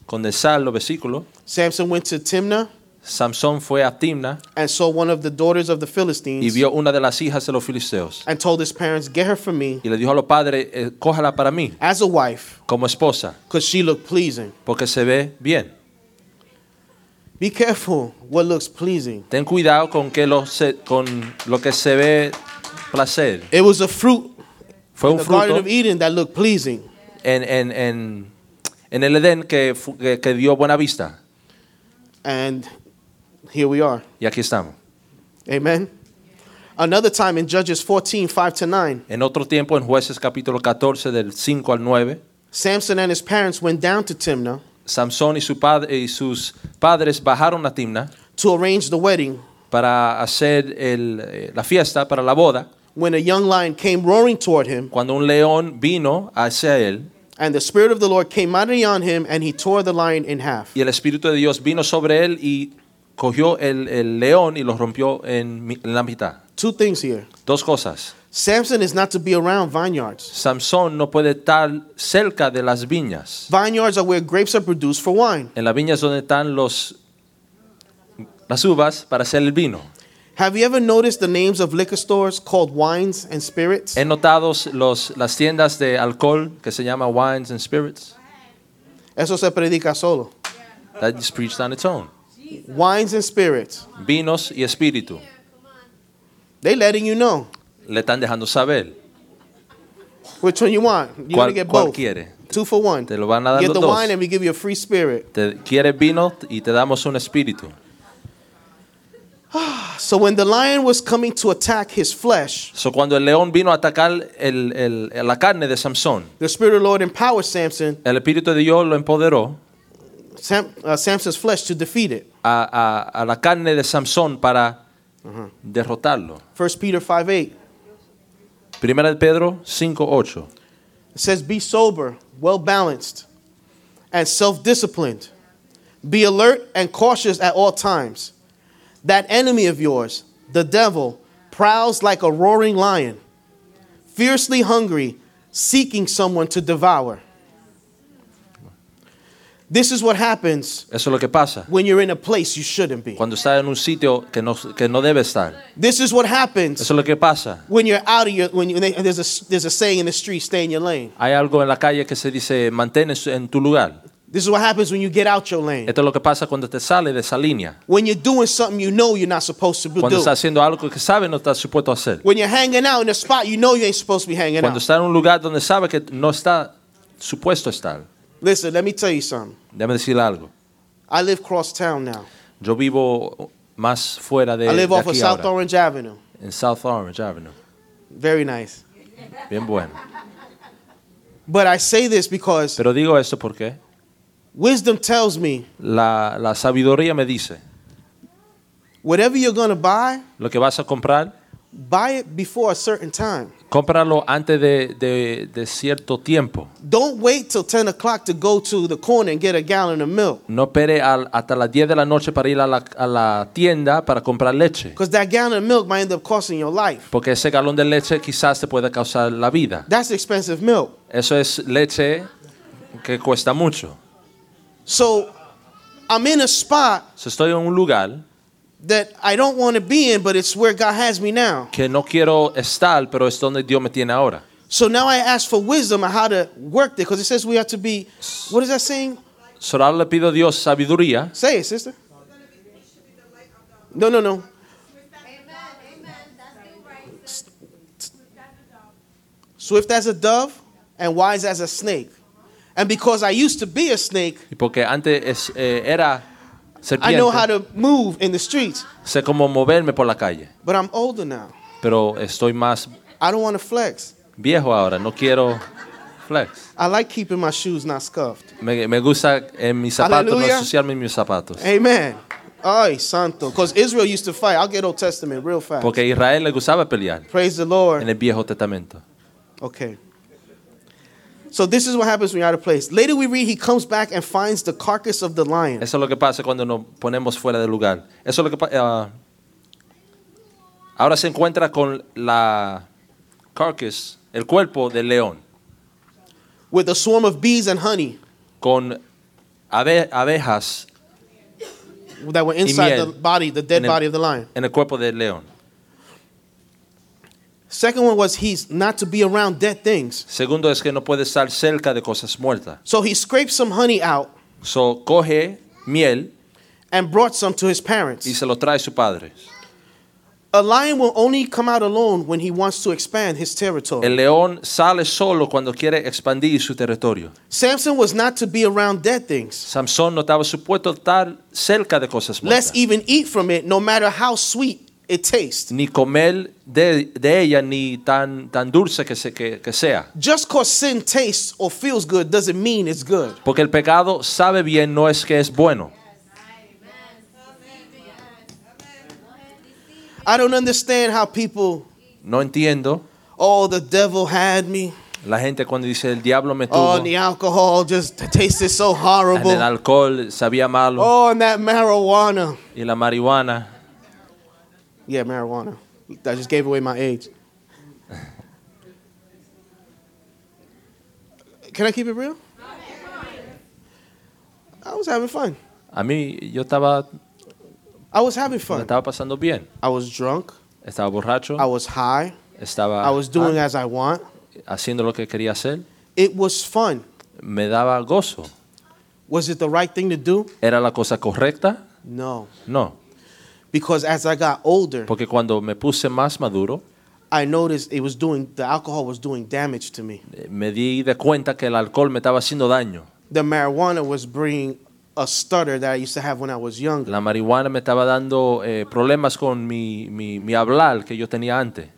B: condensar los versículos.
A: Samson went to Timnah
B: Samson fue a Timna
A: and saw one of the daughters of the
B: y
A: Philistines
B: vio una de las hijas de los filisteos.
A: and told his parents, Get her for me
B: Y le dijo a los padres, "Eh, cójala para mí
A: as a wife,
B: como esposa,
A: because she looked pleasing.
B: porque se ve bien.
A: Be careful what looks pleasing.
B: Ten cuidado con, que lo, se- con lo que se ve placer.
A: It was a fruit
B: Fue
A: in
B: un
A: the Garden
B: fruto
A: of Eden that looked pleasing.
B: en, en, en, en el Edén que, fu- que- que dio buena vista.
A: And here we are.
B: Y aquí estamos.
A: Amen. Another time in Judges 14, 5 to 9,
B: En otro tiempo, en jueces capítulo 14 del 5 al 9,
A: Samson and his parents went down to Timnah
B: Samson y, su padre, y sus padres bajaron a Timna
A: to arrange the wedding
B: para hacer el, eh, la fiesta, para la boda,
A: when a young lion came roaring toward him,
B: cuando un león vino hacia él
A: and the Spirit of the Lord came mightily on him, and he tore the lion in half.
B: y el Espíritu de Dios vino sobre él y cogió el, el león y lo rompió en, mi- en la mitad.
A: Two things here.
B: Dos cosas.
A: Samson is not to be around vineyards.
B: Samson no puede estar cerca de las viñas.
A: Vineyards are where grapes are produced for wine.
B: En las viñas donde están los, las uvas para hacer el vino.
A: Have you ever noticed the names of liquor stores called wines and spirits?
B: He notado los, las tiendas de alcohol que se llama Wines and Spirits.
A: Eso se predica solo.
B: That just preached on its own.
A: Wines and spirits.
B: Vinos y espíritu.
A: They letting you know
B: Le están dejando saber.
A: which one you want. You
B: ¿Cuál,
A: to get
B: cuál
A: both.
B: quiere?
A: Two for one.
B: Te lo van a dar
A: Get
B: los
A: the
B: dos.
A: wine and we give you a free spirit.
B: Te, ¿Quieres vino y te damos un espíritu?
A: So when the lion was coming to attack his flesh,
B: So, cuando el león vino a atacar el- el- la carne de Samson,
A: the Spirit of the Lord empowered Samson,
B: el Espíritu de Dios lo empoderó
A: Sam, uh, Samson's flesh to defeat it.
B: a, a- a la carne de Samson para derrotarlo.
A: 1 Peter 5 8.
B: Primera de Pedro 5.8.
A: It says, Be sober, well balanced, and self disciplined. Be alert and cautious at all times. That enemy of yours, the devil, prowls like a roaring lion, fiercely hungry, seeking someone to devour. This is what happens
B: Eso es lo que pasa
A: when you're in a place you shouldn't be.
B: cuando estás en un sitio que no, que no debe estar.
A: This is what happens
B: Eso es lo que pasa.
A: when you're out of your, when you, there's, a, there's a saying in the street, stay in your lane.
B: Hay algo en la calle que se dice, mantén en su- en tu lugar.
A: This is what happens when you get out your lane.
B: Esto es lo que pasa cuando te sale de esa línea.
A: When you're doing something you know you're not supposed to
B: Cuando
A: do.
B: estás haciendo algo que sabes no estás supuesto a hacer.
A: When you're hanging out in a spot you know you ain't supposed to be hanging
B: Cuando
A: out.
B: estás en un lugar donde sabes que no está supuesto estar.
A: Listen, let me tell you something.
B: Déjame decir algo.
A: I live cross town now.
B: Yo vivo más fuera de,
A: I live
B: de
A: off of
B: aquí
A: South
B: Eh, ahora,
A: Orange Avenue.
B: en South Orange Avenue.
A: Very nice.
B: Bien bueno.
A: But I say this because
B: Pero digo esto porque
A: wisdom tells me
B: la, la sabiduría me dice,
A: whatever you're going to buy,
B: lo que vas a comprar,
A: buy it before a certain time.
B: cómpralo antes de, de- de cierto tiempo.
A: Don't wait till 10 o'clock to go to the corner and get a gallon of milk.
B: No espere al- hasta las 10 de la noche para ir a la, a la tienda para comprar leche.
A: Because that gallon of milk might end up costing your life.
B: Porque ese galón de leche quizás te pueda causar la vida.
A: That's expensive milk.
B: Eso es leche que cuesta mucho.
A: So I'm in a spot
B: So, estoy en un lugar
A: that I don't want to be in, but it's where God has me now.
B: que no quiero estar, pero es donde Dios me tiene ahora.
A: So now I ask for wisdom on how to work there because it says we have to be, what is that saying?
B: Solo ahora le pido a Dios sabiduría
A: Say it, sister. No, no, no. Swift as a dove and wise as a snake. And because I used to be a snake,
B: Y porque antes es- eh, era
A: I know how
B: serpiente,
A: to move in the streets,
B: sé cómo moverme por la calle,
A: but I'm older now.
B: pero estoy más
A: I don't want to flex.
B: viejo ahora, no quiero flex.
A: I like keeping my shoes not scuffed.
B: Me, me gusta en mis zapatos,
A: Aleluya. Eh.
B: no ensuciarme en mis zapatos.
A: Amen. Ay, santo. Because Israel used to fight. I'll get Old Testament real fast.
B: Porque a Israel le gustaba pelear
A: Praise the
B: en
A: Lord.
B: el Viejo Testamento.
A: Okay. So this is what happens when you're out of place. Later we read he comes back and finds the carcass of the lion.
B: Eso es lo que pasa cuando nos ponemos fuera de lugar. Eso es lo que pa- ah, ahora se encuentra con la carcass, el cuerpo del león,
A: With a swarm of bees and honey
B: con abe- abejas
A: that were inside
B: miel.
A: the body, the dead
B: En el-
A: body of the lion.
B: en el cuerpo del león.
A: Second one was he's not to be around dead things.
B: Segundo es que no puede estar cerca de cosas muertas.
A: So he scraped some honey out
B: So, coge miel
A: and brought some to his
B: y
A: parents.
B: se lo trae a su padre.
A: A lion will only come out alone when he wants to expand his territory.
B: El león sale solo cuando quiere expandir su territorio.
A: Samson was not to be around dead things,
B: Samson no estaba supuesto a estar cerca de cosas muertas,
A: lest even eat from it, no matter how sweet it tastes.
B: ni comer de, de ella, ni tan, tan dulce que, se- que- que sea.
A: Just because sin tastes or feels good doesn't mean it's good.
B: Porque el pecado sabe bien, no es que es bueno.
A: I don't understand how people,
B: No entiendo
A: oh, the devil had me.
B: La gente cuando dice el diablo me tuvo,
A: Oh, and the alcohol just tasted so
B: and el
A: horrible.
B: alcohol sabía malo
A: Oh, and that marijuana.
B: y la marihuana.
A: Yeah, marijuana. I just gave away my age. Can I keep it real? I was having fun.
B: A mí yo estaba,
A: I was having
B: me
A: fun.
B: estaba pasando bien.
A: I was drunk.
B: Estaba borracho,
A: I was high.
B: estaba
A: I was doing as I want.
B: haciendo lo que quería hacer.
A: It was fun.
B: Me daba gozo.
A: Was it the right thing to do?
B: ¿Era la cosa correcta?
A: No.
B: No,
A: Because as I got older,
B: porque cuando me puse más maduro,
A: I noticed it was doing the alcohol was doing damage to me.
B: eh, me di de cuenta que el alcohol me estaba haciendo daño.
A: The marijuana was bringing a stutter that I used to have when I was younger.
B: La marihuana me estaba dando eh, problemas con mi, mi, mi hablar que yo tenía antes.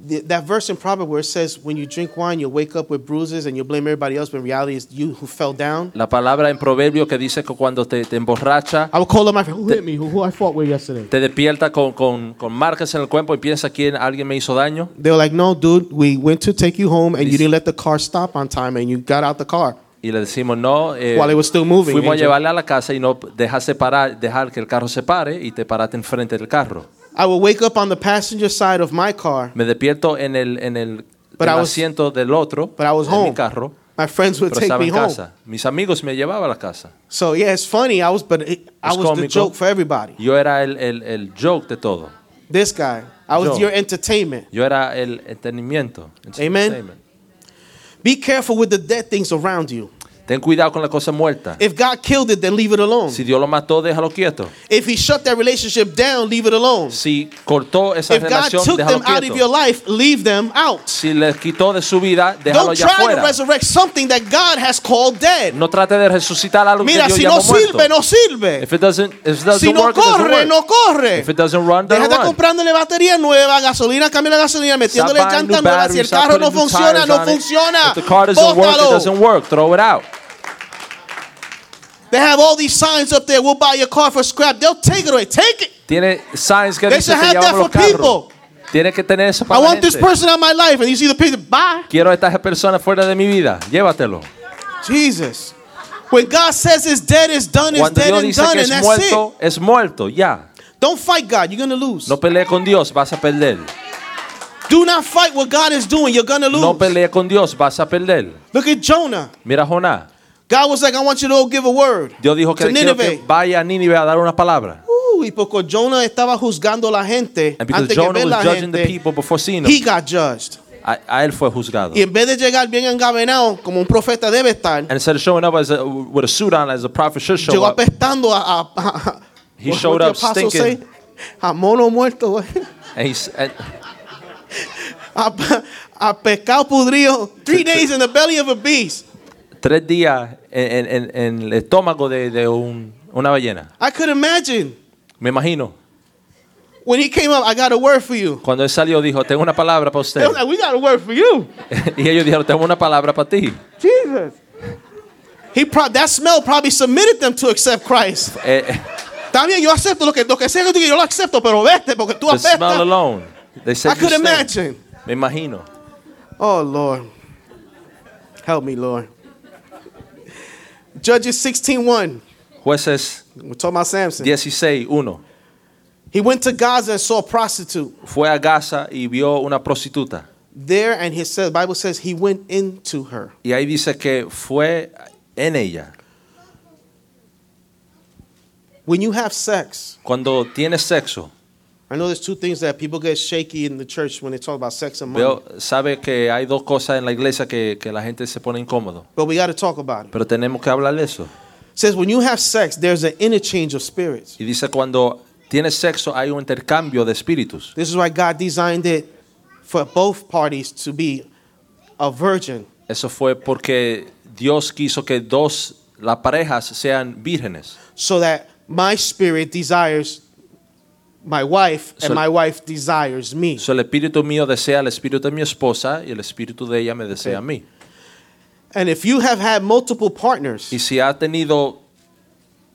A: Th- that verse in Proverbs where it says, "When you drink wine, you wake up with bruises and you blame everybody else, but in reality, it's you who fell down."
B: La palabra en proverbio que dice que cuando te, te emborracha,
A: I would call up my friend, "Who hit me? Who, who I fought with yesterday?"
B: te despierta con, con, con marcas en el cuerpo y piensa que alguien me hizo daño.
A: They were like, "No, dude, we went to take you home, and you
B: Dice-
A: didn't let the car stop on time, and you got out the car."
B: Y le decimos, no, eh,
A: While it was still moving,
B: fuimos a
A: Angel.
B: llevarle a la casa y no dejaste parar, dejar que el carro se pare y te paraste enfrente del carro.
A: I would wake up on the passenger side of my car.
B: Me despierto en el, en el,
A: But
B: en el
A: I was-
B: asiento del otro,
A: but I was
B: de
A: home.
B: mi carro,
A: My friends would
B: pero
A: take
B: estaba
A: me
B: en
A: home.
B: casa. Mis amigos me llevaban a la casa.
A: So yeah, it's funny. I was, but it, I was
B: Es
A: the
B: cómico.
A: joke for everybody.
B: Yo era el, el, el joke de todo.
A: This guy, I was
B: Yo.
A: your entertainment.
B: Yo era el entendimiento.
A: Amen. Be careful with the dead things around you.
B: Ten cuidado con la cosa muerta.
A: If God killed it, then leave it alone.
B: Si Dios lo mató, déjalo quieto.
A: If He shut that relationship down, leave it alone.
B: Si cortó esa
A: If God
B: relación,
A: took
B: déjalo
A: them out of your
B: quieto.
A: life, leave them out.
B: Si les quitó de su vida, déjalo
A: Don't
B: allá
A: try to
B: afuera.
A: resurrect something that God has called dead.
B: No trate de resucitar algo que
A: Mira,
B: Dios
A: si
B: llamó
A: no sirve,
B: muerto.
A: no sirve.
B: If it doesn't, if it doesn't
A: Si no
B: work, it doesn't
A: corre,
B: work.
A: no corre.
B: If it doesn't run,
A: Deja
B: don't
A: de
B: run.
A: comprándole batería nueva, gasolina, cambia la gasolina, metiéndole
B: Stop buying
A: llanta
B: new
A: nueva. Si el
B: batteries, stop
A: carro no
B: putting new
A: funciona,
B: tires
A: no
B: on it.
A: funciona.
B: If the car doesn't work, it doesn't
A: Bótalo.
B: work. Throw it out.
A: They have all these signs up there. We'll buy your car for scrap. They'll take it away. Take it.
B: Tiene signs que
A: They
B: dice
A: should
B: que
A: have that
B: llevamos los
A: for
B: carros.
A: people.
B: Tiene que tener eso
A: I
B: para la
A: want this
B: gente.
A: person out of my life. And you see the picture. Bye.
B: Quiero a estas personas fuera de mi vida. Llévatelo.
A: Jesus. When God says it's dead, it's done, it's
B: Cuando
A: dead
B: Dios
A: and
B: dice
A: done,
B: que
A: and
B: es
A: that's
B: muerto, es muerto. Ya.
A: it. Don't fight God, you're gonna lose.
B: No pelee con Dios, vas a perder.
A: Do not fight what God is doing, you're gonna lose.
B: No pelee con Dios, vas a perder.
A: Look at Jonah.
B: Mira Jonás.
A: God was like, I want you to go give a word
B: Dios dijo que,
A: to
B: quiero que
A: Nineveh.
B: vaya a Nínive a dar una palabra.
A: Ooh, y porque Jonah estaba juzgando la gente
B: And
A: antes
B: because
A: que ver
B: Jonah
A: la
B: was judging the
A: gente,
B: people before seeing
A: he
B: him,
A: got judged.
B: a, a él fue juzgado.
A: Y en vez de llegar bien engabenado, como un profeta debe estar,
B: And instead of showing up as a, with a suit on as a prophet should show
A: llegó
B: up,
A: apestando a... a- a-
B: He
A: what-
B: showed
A: what the
B: up
A: apostle
B: stinking.
A: say? A mono muerto, güey.
B: and he's, and
A: a, a pescado pudrido, three days in the belly of a beast.
B: tres días en, en- en- en el estómago de, de un- una ballena.
A: I could imagine
B: Me imagino.
A: when he came up, I got a word for you.
B: Cuando él salió dijo, tengo una palabra para
A: They
B: usted.
A: was like, we got a word for you.
B: y ellos dijeron, tengo una palabra para ti.
A: Jesus. He prob- that smell probably submitted them to accept Christ.
B: Eh, eh,
A: Está bien, yo acepto lo que, lo que sea que tú quieras, yo lo acepto, pero vete porque tú
B: the smell
A: apestas.
B: alone. They said,
A: I could
B: "You stink."
A: imagine.
B: Me imagino.
A: Oh, Lord. Help me, Lord. Judges 16.1.
B: Jueces
A: We're talking about Samson.
B: 16, 1.
A: He went to Gaza and saw a prostitute.
B: Fue a Gaza y vio una prostituta.
A: There and he said, the Bible says he went into her.
B: Y ahí dice que fue en ella.
A: When you have sex,
B: Cuando tienes sexo,
A: I know there's two things that people get shaky in the church when they talk about sex and money,
B: veo, sabe que hay dos cosas en la iglesia que, que la gente se pone incómodo.
A: but we got to talk about it.
B: Pero tenemos que hablar de eso.
A: It says when you have sex, there's an interchange of spirits.
B: Y dice cuando tienes sexo hay un intercambio de espíritus.
A: This is why God designed it for both parties to be a virgin.
B: Eso fue porque Dios quiso que dos, las parejas sean vírgenes.
A: so that my spirit desires my wife and
B: So-
A: my wife desires me.
B: So, el espíritu mío desea al espíritu de mi esposa y el espíritu de ella me desea a mí.
A: And if you have had multiple partners,
B: Y si ha tenido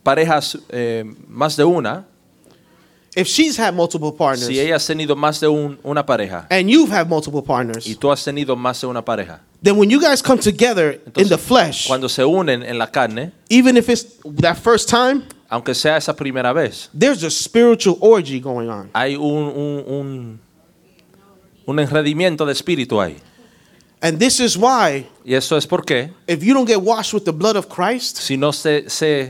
B: parejas eh, más de una,
A: if she's had multiple partners
B: si ella ha tenido más de un- una pareja
A: Eh. and you've had multiple
B: y
A: partners,
B: tú has tenido más de una pareja,
A: Then when you guys come together in the flesh,
B: Cuando se unen en la carne,
A: even if it's that first time,
B: aunque sea esa primera vez,
A: there's a spiritual orgy going on.
B: hay un, un, un, un enredimiento de espíritu ahí.
A: And this is why
B: Y eso es porque
A: if you don't get washed with the blood of Christ,
B: si no se, se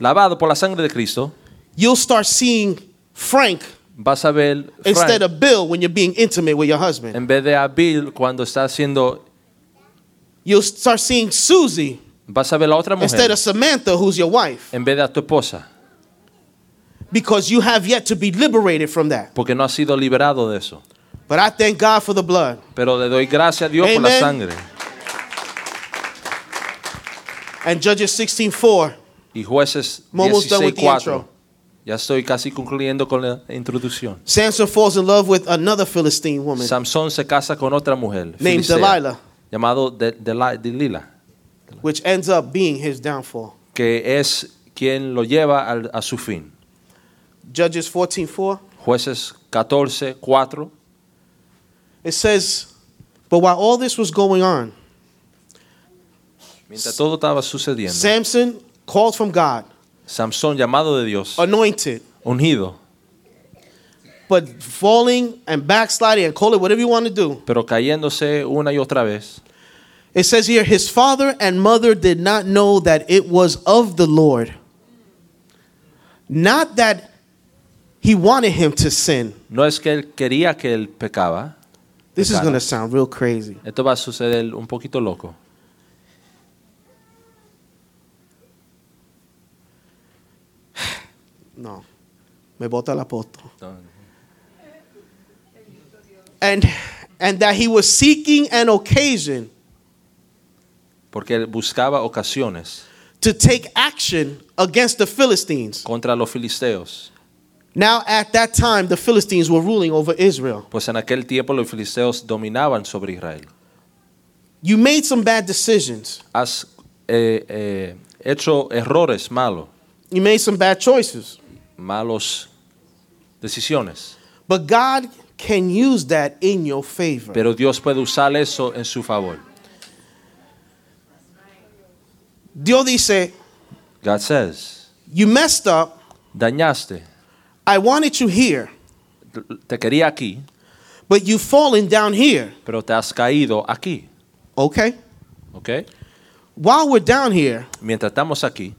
B: lavado por la sangre de Cristo,
A: you'll start seeing Frank
B: vas a ver Frank
A: instead of Bill when you're being intimate with your husband.
B: en vez de a Bill cuando está haciendo,
A: You'll start seeing Susie
B: vas a ver a otra
A: instead
B: mujer
A: of Samantha, who's your wife,
B: en vez de a tu esposa,
A: because you have yet to be liberated from that.
B: porque no has sido liberado de eso.
A: But I thank God for the blood.
B: Pero le doy gracias a Dios por la
A: Amen.
B: sangre.
A: And Judges 16:4.
B: Y jueces
A: I'm almost done with the
B: 16.4.
A: intro.
B: Ya estoy casi concluyendo con la introducción.
A: Samson falls in love with another Philistine woman.
B: Samson se casa con otra mujer, filistea,
A: Delilah.
B: llamado De- Deli- Delila,
A: which ends up being his downfall.
B: que es quien lo lleva al- a su fin.
A: Judges 14:4
B: Jueces 14, 4.
A: it says, "But while all this was going on,
B: Mientras todo estaba sucediendo,
A: Samson called from God,
B: Samson, llamado de Dios,
A: anointed,
B: ungido,
A: but falling and backsliding and call it whatever you want to do."
B: pero cayéndose una y otra vez,
A: It says here, "His father and mother did not know that it was of the Lord, not that he wanted him to sin."
B: no es que él quería que él pecaba.
A: This is
B: Pecado.
A: going to sound real crazy.
B: Esto va a suceder un poquito loco.
A: No. Me bota el apóstol. And and that he was seeking an occasion
B: Porque él buscaba ocasiones
A: to take action against the Philistines.
B: contra los filisteos.
A: Now at that time the Philistines were ruling over Israel.
B: Pues en aquel tiempo los filisteos dominaban sobre Israel.
A: You made some bad decisions.
B: Has eh, eh, hecho errores malos,
A: You made some bad choices.
B: malos decisiones.
A: But God can use that in your favor.
B: Pero Dios puede usar eso en su favor.
A: Dios dice,
B: God says,
A: you messed up.
B: dañaste,
A: I wanted you here,
B: te quería aquí,
A: but you've fallen down here.
B: pero te has caído aquí.
A: Okay?
B: ¿Ok?
A: While we're down here,
B: Mientras estamos aquí,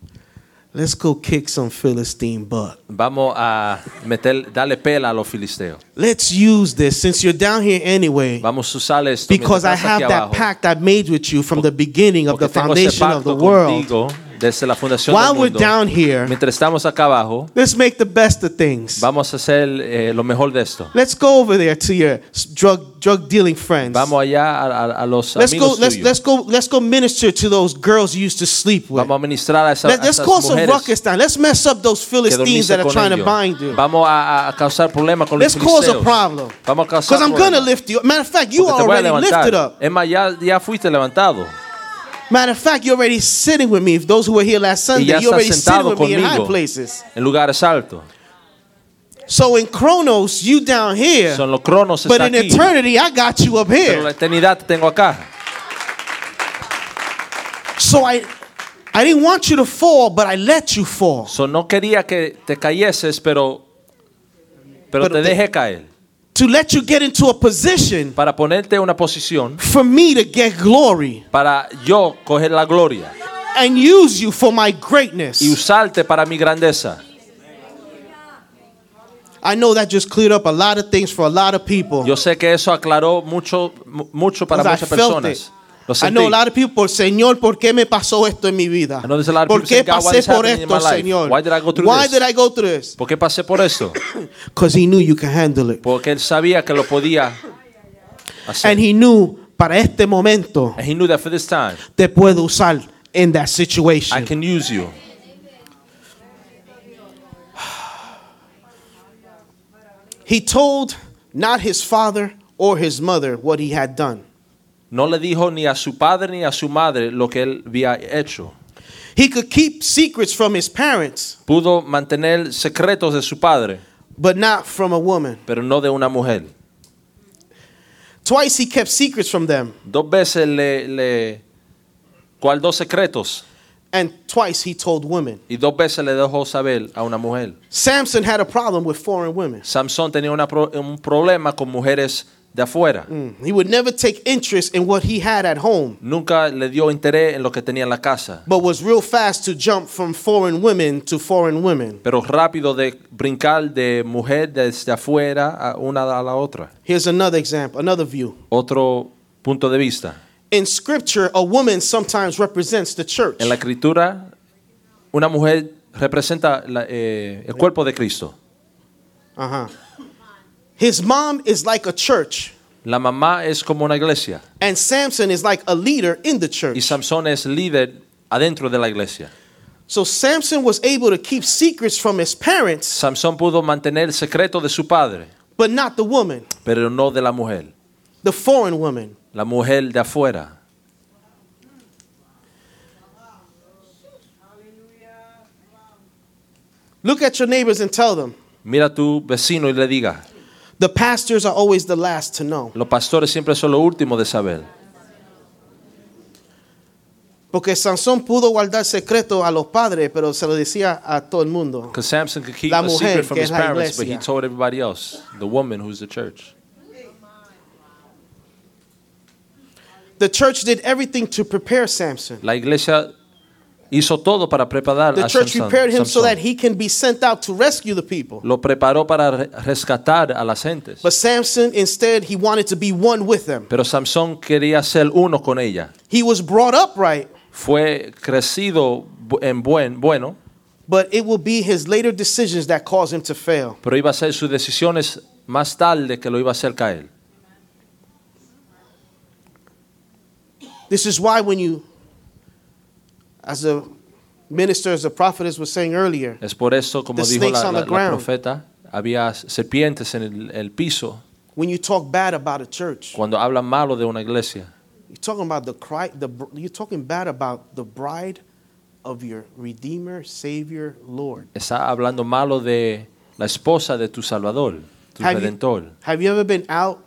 A: let's go kick some Philistine butt.
B: vamos a meter, darle pela a los filisteos.
A: Let's use this since you're down here anyway.
B: Vamos a usar esto mientras
A: Because I
B: estás
A: have
B: aquí
A: that
B: abajo.
A: pact I made with you from the beginning of
B: Porque
A: the
B: tengo ese
A: foundation of
B: pacto
A: the world.
B: contigo desde la fundación
A: While
B: del
A: we're
B: mundo.
A: down here,
B: Mientras estamos acá abajo,
A: let's make the best of things.
B: vamos a hacer eh, lo mejor de esto.
A: Let's go over there to your s- drug drug dealing friends.
B: Vamos allá a, a- a los
A: Let's go.
B: amigos
A: Let's
B: tuyos.
A: let's go. Let's go minister to those girls you used to sleep with.
B: Vamos a ministrar a, esa-
A: Let,
B: a
A: us
B: esas
A: cause some ruckus
B: mujeres
A: down. Let's mess up those
B: que
A: Philistines
B: dormiste
A: that are
B: con
A: trying to
B: ellos.
A: bind you.
B: Vamos a, a causar problemas con
A: Let's
B: los
A: cause a
B: filisteos.
A: problem.
B: Vamos a causar
A: Because I'm gonna
B: problemas.
A: lift you. Matter of fact, you
B: Porque
A: are
B: te voy a
A: already lifted
B: levantar.
A: up.
B: Es más, ya, ya fuiste levantado.
A: Matter of fact, you're already sitting with me. If those who were here last
B: Y
A: Sunday,
B: ya
A: you're
B: estás
A: already sitting
B: sentado
A: with me in high
B: conmigo
A: places.
B: en lugares altos.
A: So in Chronos, you down here.
B: Son los cronos
A: But
B: está
A: in
B: aquí.
A: eternity, I got you up
B: Pero
A: here.
B: la eternidad te tengo acá.
A: So I, I didn't want you to fall, but I let you fall.
B: So, no quería que te cayeses, pero, pero,
A: Pero
B: te
A: te-
B: dejé caer.
A: To let you get into a position
B: Para ponerte en una posición
A: for me to get glory
B: para yo coger la gloria
A: and use you for my
B: y
A: greatness.
B: usarte para mi grandeza.
A: I know that just cleared up a lot of things for a lot of people.
B: Yo sé que eso aclaró mucho, mu- mucho para
A: 'Cause I
B: muchas
A: felt it.
B: personas. Lo
A: I
B: sentí.
A: know a lot of people, Señor, ¿por qué me pasó esto en mi vida?
B: know there's a lot of
A: ¿Por
B: people saying,
A: qué
B: "God, why
A: pasé
B: this
A: por
B: happening in my
A: esto,
B: life?
A: Señor?
B: Why did I go through
A: Why
B: this?"
A: did I go through this?
B: ¿Por qué pasé por esto?
A: Because he knew you can handle it.
B: Porque él sabía que lo podía hacer.
A: And he knew, para este momento,
B: And he knew that for this time,
A: te puedo usar in that
B: I
A: situation.
B: can use you.
A: He told not his father or his mother what he had done.
B: No le dijo ni a su padre ni a su madre lo que él había hecho.
A: He could keep secrets from his parents,
B: Pudo mantener secretos de su padre,
A: but not from a woman.
B: pero no de una mujer.
A: Twice he kept secrets from them,
B: Dos veces le, le cual dos secretos
A: and twice he told women.
B: y dos veces le dejó saber a una mujer.
A: Samson had a problem with foreign women.
B: Samson tenía una pro- un problema con mujeres de afuera.
A: Mm. He would never take interest in what he had at home,
B: Nunca le dio interés en lo que tenía en la casa,
A: but was real fast to jump from foreign women to foreign women.
B: pero rápido de brincar de mujer desde afuera a una a la otra.
A: Here's another example, another view.
B: Otro punto de vista.
A: In scripture, a woman sometimes represents the church.
B: En la escritura, una mujer representa la- eh, el cuerpo de Cristo.
A: Uh-huh. His mom is like a church,
B: La mamá es como una iglesia
A: and Samson is like a leader in the
B: y
A: church.
B: Samson es líder adentro de la iglesia.
A: So Samson was able to keep secrets from his parents,
B: Samson pudo mantener el secreto de su padre,
A: but not the woman,
B: pero no de la mujer,
A: the foreign woman.
B: la mujer de afuera.
A: Look at your neighbors and tell them,
B: Mira a tu vecino y le diga,
A: the pastors are always the last to know.
B: los pastores siempre son los últimos de saber,
A: Porque Sansón pudo guardar secreto a los padres, pero se lo decía a todo el mundo.
B: because Samson could keep
A: La
B: a secret
A: mujer,
B: from
A: que
B: his
A: es la
B: parents, but he
A: iglesia.
B: told everybody else, the woman who's the church.
A: The church did everything to prepare Samson.
B: La iglesia hizo todo para preparar
A: The
B: a
A: church
B: Ah, Samson-
A: prepared him so
B: Samson.
A: that he can be sent out to rescue the people.
B: lo preparó para re- rescatar a las gentes.
A: But Samson, instead, he wanted to be one with them.
B: Pero Samson quería ser uno con ella.
A: He was brought up right,
B: Fue crecido bu- en buen, bueno,
A: but it will be his later decisions that cause him to fail.
B: pero iba a ser sus decisiones más tarde que lo iba a hacer caer.
A: This is why, when you, as the minister, as the prophetess was saying earlier,
B: Es por eso, como
A: The
B: dijo la,
A: snakes on
B: la-
A: the
B: la
A: ground.
B: profeta, había serpientes en el, el piso
A: when you talk bad about a church,
B: cuando hablan malo de una iglesia.
A: You're talking about the cry, the br- you're talking bad about the bride of your Redeemer, Savior, Lord.
B: Está hablando malo de la esposa de tu Salvador, tu
A: Have
B: Redentor.
A: you, have you ever been out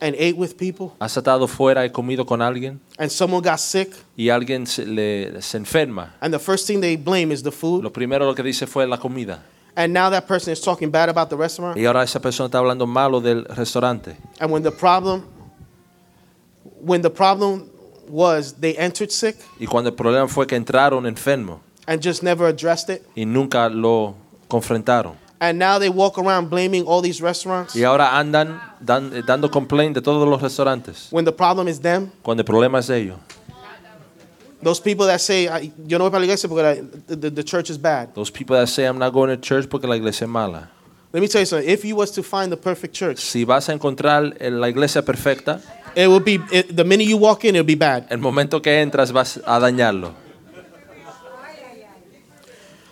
A: and ate with people
B: ¿Has estado fuera y comido con alguien
A: and someone got sick
B: y alguien se, le- se enferma?
A: and the first thing they blame is the food
B: Lo primero lo que dice fue la comida.
A: and now that person is talking bad about the restaurant
B: Y ahora esa persona está hablando malo del restaurante.
A: and when the problem when the problem was they entered sick
B: Y cuando el problema fue que entraron enfermos
A: and just never addressed it
B: y nunca lo confrontaron.
A: and now they walk around blaming all these restaurants
B: Y ahora andan dan- eh, dando complaint de todos los restaurantes.
A: when the problem is them
B: Cuando el problema es de ellos.
A: those people that say "I- yo no voy para la iglesia porque la- the- the- the church is bad
B: Those people that say I'm not going to church porque la iglesia es mala.
A: Let me tell you something. If you was to find the perfect church,
B: Si vas a encontrar eh, la iglesia perfecta,
A: it would be it, the minute you walk in, it'll be bad
B: el momento que entras vas a dañarlo.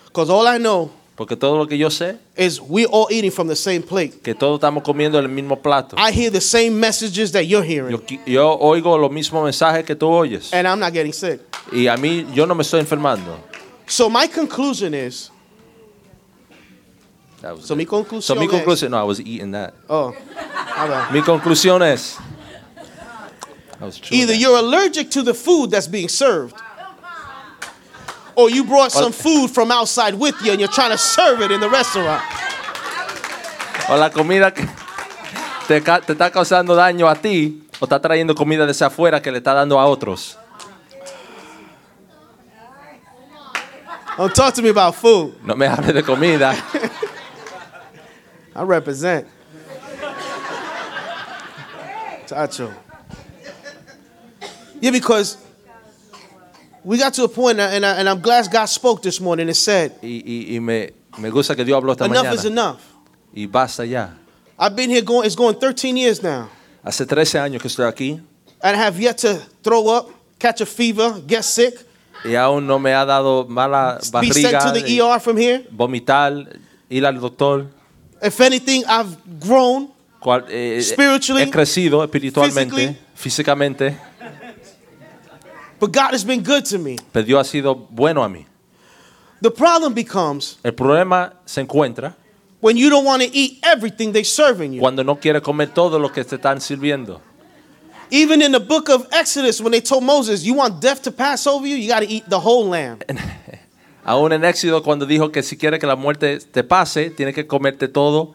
A: because all I know
B: Porque todo lo que yo sé,
A: is we all eating from the same plate.
B: que todos estamos comiendo el mismo plato.
A: I hear the same messages that you're hearing,
B: Yo, qui- yo oigo los mismos mensajes que tú oyes.
A: and I'm not getting sick.
B: Y a mí, yo no me estoy enfermando.
A: So my conclusion is,
B: That was
A: so
B: it.
A: mi conclusión.
B: So mi
A: es-
B: conclusión, no, I was eating that.
A: oh, all right.
B: Mi conclusión es. I was chewing
A: Either
B: that.
A: you're allergic to the food that's being served, or you brought some food from outside with you, and you're trying to serve it in the restaurant.
B: o la comida que te, ca- te está causando daño a ti, o está trayendo comida desde afuera que le está dando a otros.
A: Don't talk to me about food.
B: No me hables de comida.
A: I represent. Tacho. Yeah, because we got to a point, and, I, and, I, and I'm glad God spoke this morning and said,
B: Y, y- y me, me gusta que Dios habló esta
A: Enough is
B: mañana.
A: enough.
B: Y basta ya.
A: I've been here going, it's going 13 years now.
B: Hace 13 años que estoy aquí
A: And I have yet to throw up, catch a fever, get sick,
B: y aún no me ha dado mala
A: be sent
B: barriga,
A: to
B: eh,
A: the ER from here.
B: vomitar, ir al doctor.
A: If anything, I've grown.
B: Cual- eh, eh,
A: Spiritually,
B: he crecido espiritualmente, físicamente,
A: But God has been good to me.
B: pero Dios ha sido bueno a mí.
A: The problem becomes
B: El problema se encuentra
A: when you don't want to eat everything they're serving you.
B: cuando no quiere comer todo lo que te están sirviendo.
A: Even in the book of Exodus, when they told Moses, You want death to pass over you? You got to eat the whole lamb.
B: Aún en Éxodo, cuando dijo que si quiere que la muerte te pase, tiene que comerte todo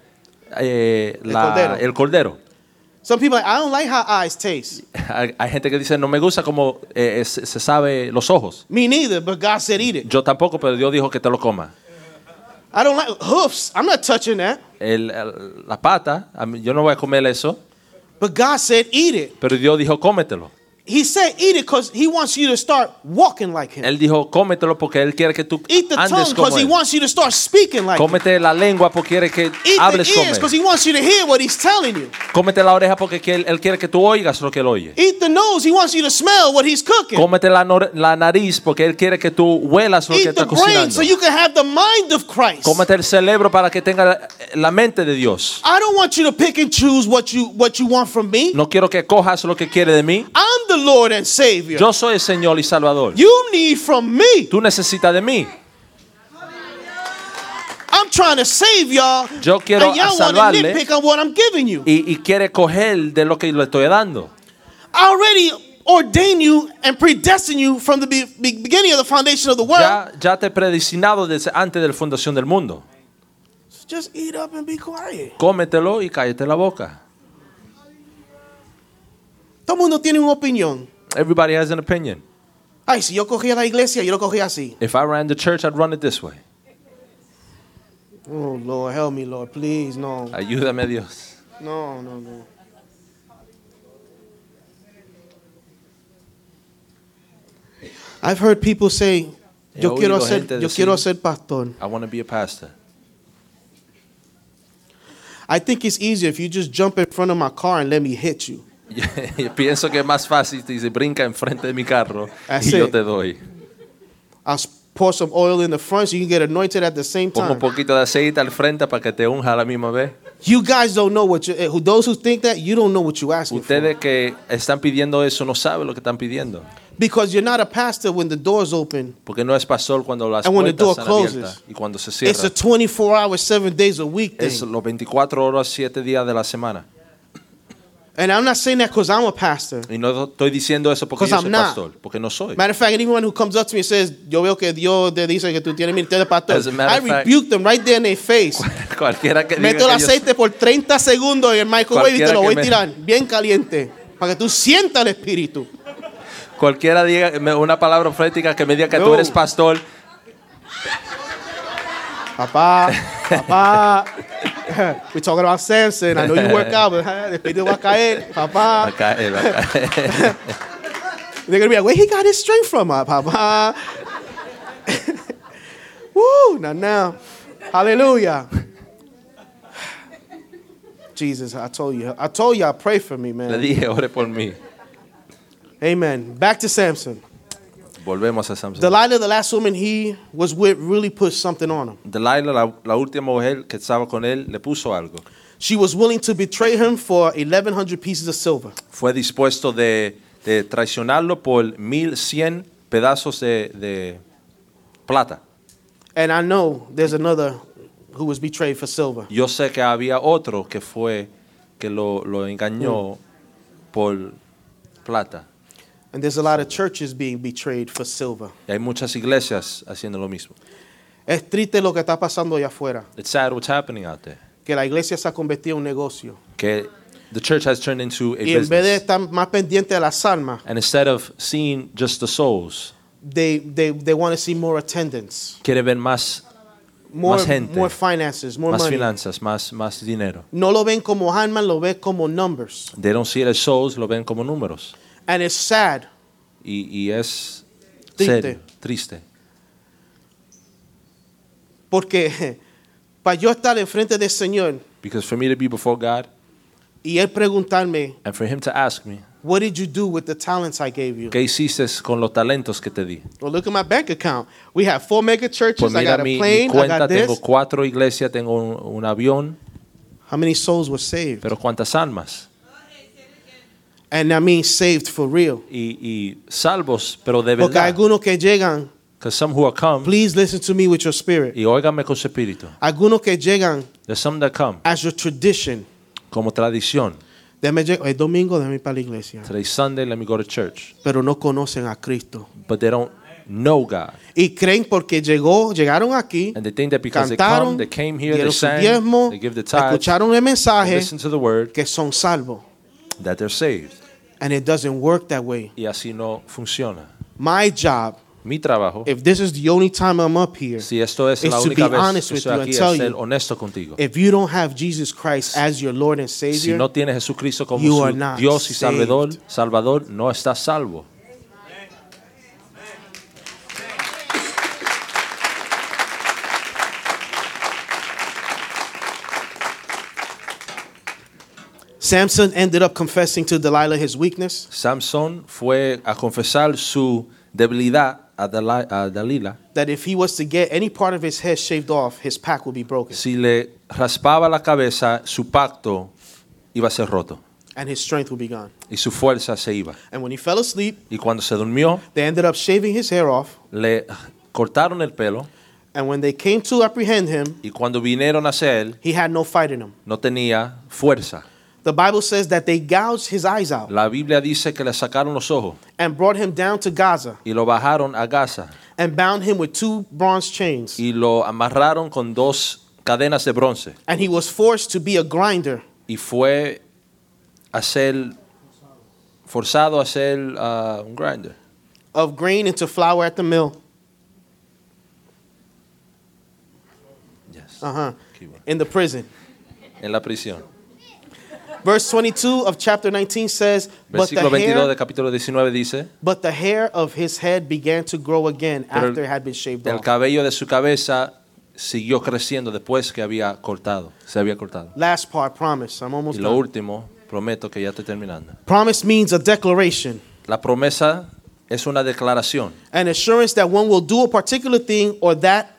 B: eh,
A: El
B: la-
A: cordero.
B: el cordero.
A: Some people are like, I don't like how eyes taste.
B: Hay, hay gente que dice, no me gusta como se, se sabe los ojos.
A: Me neither, but God said, Eat it.
B: Yo tampoco, pero Dios dijo que te lo coma.
A: I don't like hoofs. I'm not touching that.
B: El- el- la pata, a mí- yo no voy a comer eso,
A: But God said, Eat it.
B: pero Dios dijo, cómetelo.
A: He said, Eat it because He wants you to start walking like Him.
B: Él dijo, cómetelo porque Él quiere que tú
A: Eat the tongue
B: andes como
A: because He
B: él.
A: wants you to start speaking like Him.
B: Cómete la lengua porque quiere que
A: Eat
B: hables
A: the
B: con
A: ears because
B: él.
A: He wants you to hear what He's telling you.
B: Cómete la oreja porque que él, él quiere que tú oigas lo que él oye.
A: Eat the nose. He wants you to smell what He's cooking.
B: Cómete la, nor- la nariz porque él quiere que tú huelas lo que
A: Eat
B: está
A: the brain
B: cocinando.
A: so you can have the mind of Christ.
B: Cómete el cerebro para que tenga la- la mente de Dios.
A: I don't want you to pick and choose what you what you want from me.
B: No quiero que cojas lo que quiere de mí.
A: I'm the Lord and Savior.
B: Yo soy el Señor y Salvador.
A: You need from me.
B: Tú necesitas de mí.
A: I'm trying to save y'all.
B: Yo quiero
A: and y'all want to
B: salvarle.
A: nitpick on what I'm giving you.
B: Y, y quiere coger de lo que le estoy dando.
A: I already ordained you and predestined you from the be- be- beginning of the foundation of the world.
B: Ya, ya te he predestinado desde antes de la fundación del mundo.
A: Just eat up and be quiet.
B: Cómetelo y cállate la boca.
A: Todo mundo tiene una opinión.
B: Everybody has an opinion.
A: Ay, si yo cogía la iglesia, yo lo cogía así.
B: If I ran the church, I'd run it this way.
A: Oh Lord, help me, Lord, please, no,
B: Ayúdame Dios.
A: no, no, no. I've heard people say,
B: He
A: yo quiero
B: oído
A: ser,
B: gente
A: yo
B: decir-
A: quiero ser pastor.
B: I want to be a pastor.
A: I think it's easier if you just jump in front of my car and let me hit you.
B: Yo pienso que es más fácil te dice brinca enfrente de mi carro
A: Así.
B: y yo te doy.
A: I'll s- pour some oil in the front so you can get anointed at the same
B: Pongo
A: time.
B: un poquito de aceite al frente para que te unja a la misma vez.
A: You guys don't know what you. eh, who- Those who think that you don't know what you asking for
B: Ustedes que están pidiendo eso no saben lo que están pidiendo.
A: because you're not a pastor when the doors open.
B: Porque no es pastor cuando las
A: And when the
B: puertas
A: door
B: están abiertas
A: closes,
B: y cuando se
A: It's a
B: cierran.
A: 24 hour, seven days a week
B: Es
A: thing.
B: los 24 horas, 7 días de la semana.
A: And I'm not saying that because I'm a pastor.
B: Y no estoy diciendo eso porque
A: 'Cause
B: yo
A: I'm
B: soy
A: not.
B: pastor, porque no soy.
A: Matter of fact, anyone who comes up to me and says, Yo veo que Dios te dice que tú tienes ministerio de pastor,
B: As a matter
A: I
B: of fact-
A: rebuke them right there in their face.
B: Cualquiera que diga
A: Meto el
B: que yo soy-
A: aceite por 30 segundos en el microwave y te
B: Cualquiera
A: lo
B: que
A: voy a
B: me-
A: tirar bien caliente para que tú sientas el espíritu.
B: Cualquiera diga me- una palabra profética que me diga que
A: No.
B: tú eres pastor,
A: Papá, papá. We're talking about Samson. I know you work out, but huh, el espíritu va a caer. Papá.
B: acá, él, acá.
A: They're gonna be like, where he got his strength from, uh, Papa? Woo, not now. Hallelujah. Jesus, I told you. I told you I pray for me,
B: le
A: man.
B: dije, ore por mí.
A: Amen. Back to Samson.
B: Volvemos a Samson.
A: Delilah, the last woman he was with, really put something on him.
B: Delilah, la, la última mujer que estaba con él, le puso algo.
A: She was willing to betray him for 1,100 pieces of silver.
B: Fue dispuesto de, de traicionarlo por 1100 pedazos de, de plata.
A: And I know there's another who was betrayed for silver.
B: Yo sé que había otro que fue, que lo, lo engañó
A: Mm.
B: por plata.
A: And there's a lot of churches being betrayed for silver.
B: Y hay muchas iglesias haciendo lo mismo.
A: Es triste lo que está pasando allá afuera.
B: It's sad what's happening out there.
A: que la iglesia se ha convertido en un negocio.
B: Que the church has turned into a
A: Y en vez de
B: business.
A: estar más pendiente de las almas,
B: And instead of seeing just the souls,
A: they, they, they want to see more attendance,
B: quiere ver más,
A: more,
B: Más gente.
A: more finances, more
B: más
A: money.
B: finanzas, más, más dinero.
A: No lo ven como almas, lo ven como numbers.
B: They don't see it as souls, lo ven como números.
A: And it's sad.
B: Y, y es
A: Triste.
B: serio, triste.
A: Porque para yo estar enfrente del Señor
B: Because for me to be before God
A: y Él preguntarme,
B: and for Him to ask me,
A: What did you do with the talents I gave you?
B: ¿qué hiciste con los talentos que te di?
A: Well, look at my bank account. We have four mega
B: Pues
A: churches. I
B: mira
A: got a
B: mi, mi
A: plane. I
B: cuenta,
A: got
B: tengo
A: this.
B: cuatro iglesias, tengo un, un avión,
A: How many souls were saved?
B: pero ¿cuántas almas?
A: And I mean saved for real.
B: Y, y salvos, pero de
A: Porque hay
B: verdad.
A: algunos que llegan,
B: Because some who are come,
A: please listen to me with your spirit.
B: y óigame con su espíritu,
A: Algunos que llegan
B: there's some that come
A: as your tradition.
B: como tradición.
A: Déjame lle- el domingo déjame ir para la iglesia.
B: Today's Sunday, let me go to church.
A: Pero no conocen a Cristo.
B: But they don't know God.
A: Y creen porque llegó, llegaron aquí,
B: And they think that because they
A: cantaron,
B: come, they came here, they
A: dieron su
B: sang,
A: diezmo,
B: they give the tithe, they
A: escucharon el mensaje,
B: listen to the word,
A: que son salvos.
B: that they're saved.
A: And it doesn't work that way.
B: Y así no funciona.
A: My job,
B: Mi trabajo,
A: if this is the only time I'm up here,
B: si esto es
A: is
B: la
A: Eh, to be
B: única vez
A: honest
B: que
A: with
B: estoy
A: you and
B: aquí, es
A: tell
B: ser
A: you,
B: honesto contigo.
A: if you don't have Jesus Christ as your Lord and
B: Si
A: Savior,
B: no tienes a Jesucristo como
A: you
B: su
A: are not
B: Dios y
A: saved.
B: Salvador, Salvador, no estás salvo.
A: Samson ended up confessing to Delilah his weakness.
B: Samson fue a confesar su debilidad a, Dali- a Dalila.
A: That if he was to get any part of his head shaved off, his pack would be broken
B: Si le raspaba la cabeza, su pacto iba a ser roto
A: and his strength would be gone.
B: y su fuerza se iba.
A: And when he fell asleep,
B: Y cuando se durmió,
A: they ended up shaving his hair off.
B: le cortaron el pelo
A: And when they came to apprehend him,
B: y cuando vinieron hacia él,
A: he had no fight in him.
B: no tenía fuerza.
A: The Bible says that they gouged his eyes out
B: La Biblia dice que le sacaron los ojos
A: and brought him down to Gaza
B: y lo bajaron a Gaza
A: and bound him with two bronze chains.
B: y lo amarraron con dos cadenas de bronce.
A: And he was forced to be a grinder.
B: y fue a ser forzado a ser ah, un grinder
A: of grain into flour at the mill.
B: Yes.
A: Uh huh.
B: Keep going.
A: In the prison.
B: en la prisión.
A: Verse 22 of chapter 19 says, but the,
B: Versículo 22 de
A: hair,
B: capítulo 19 dice,
A: but the hair of his head began to grow again
B: Pero el-
A: after it had been shaved
B: el
A: off.
B: cabello de su cabeza siguió creciendo después que había cortado, se había cortado.
A: Last part, promise. I'm
B: Y
A: almost
B: lo
A: done.
B: último, prometo que ya estoy terminando.
A: Promise means a declaration,
B: La promesa es una declaración,
A: an assurance that one will do a particular thing or that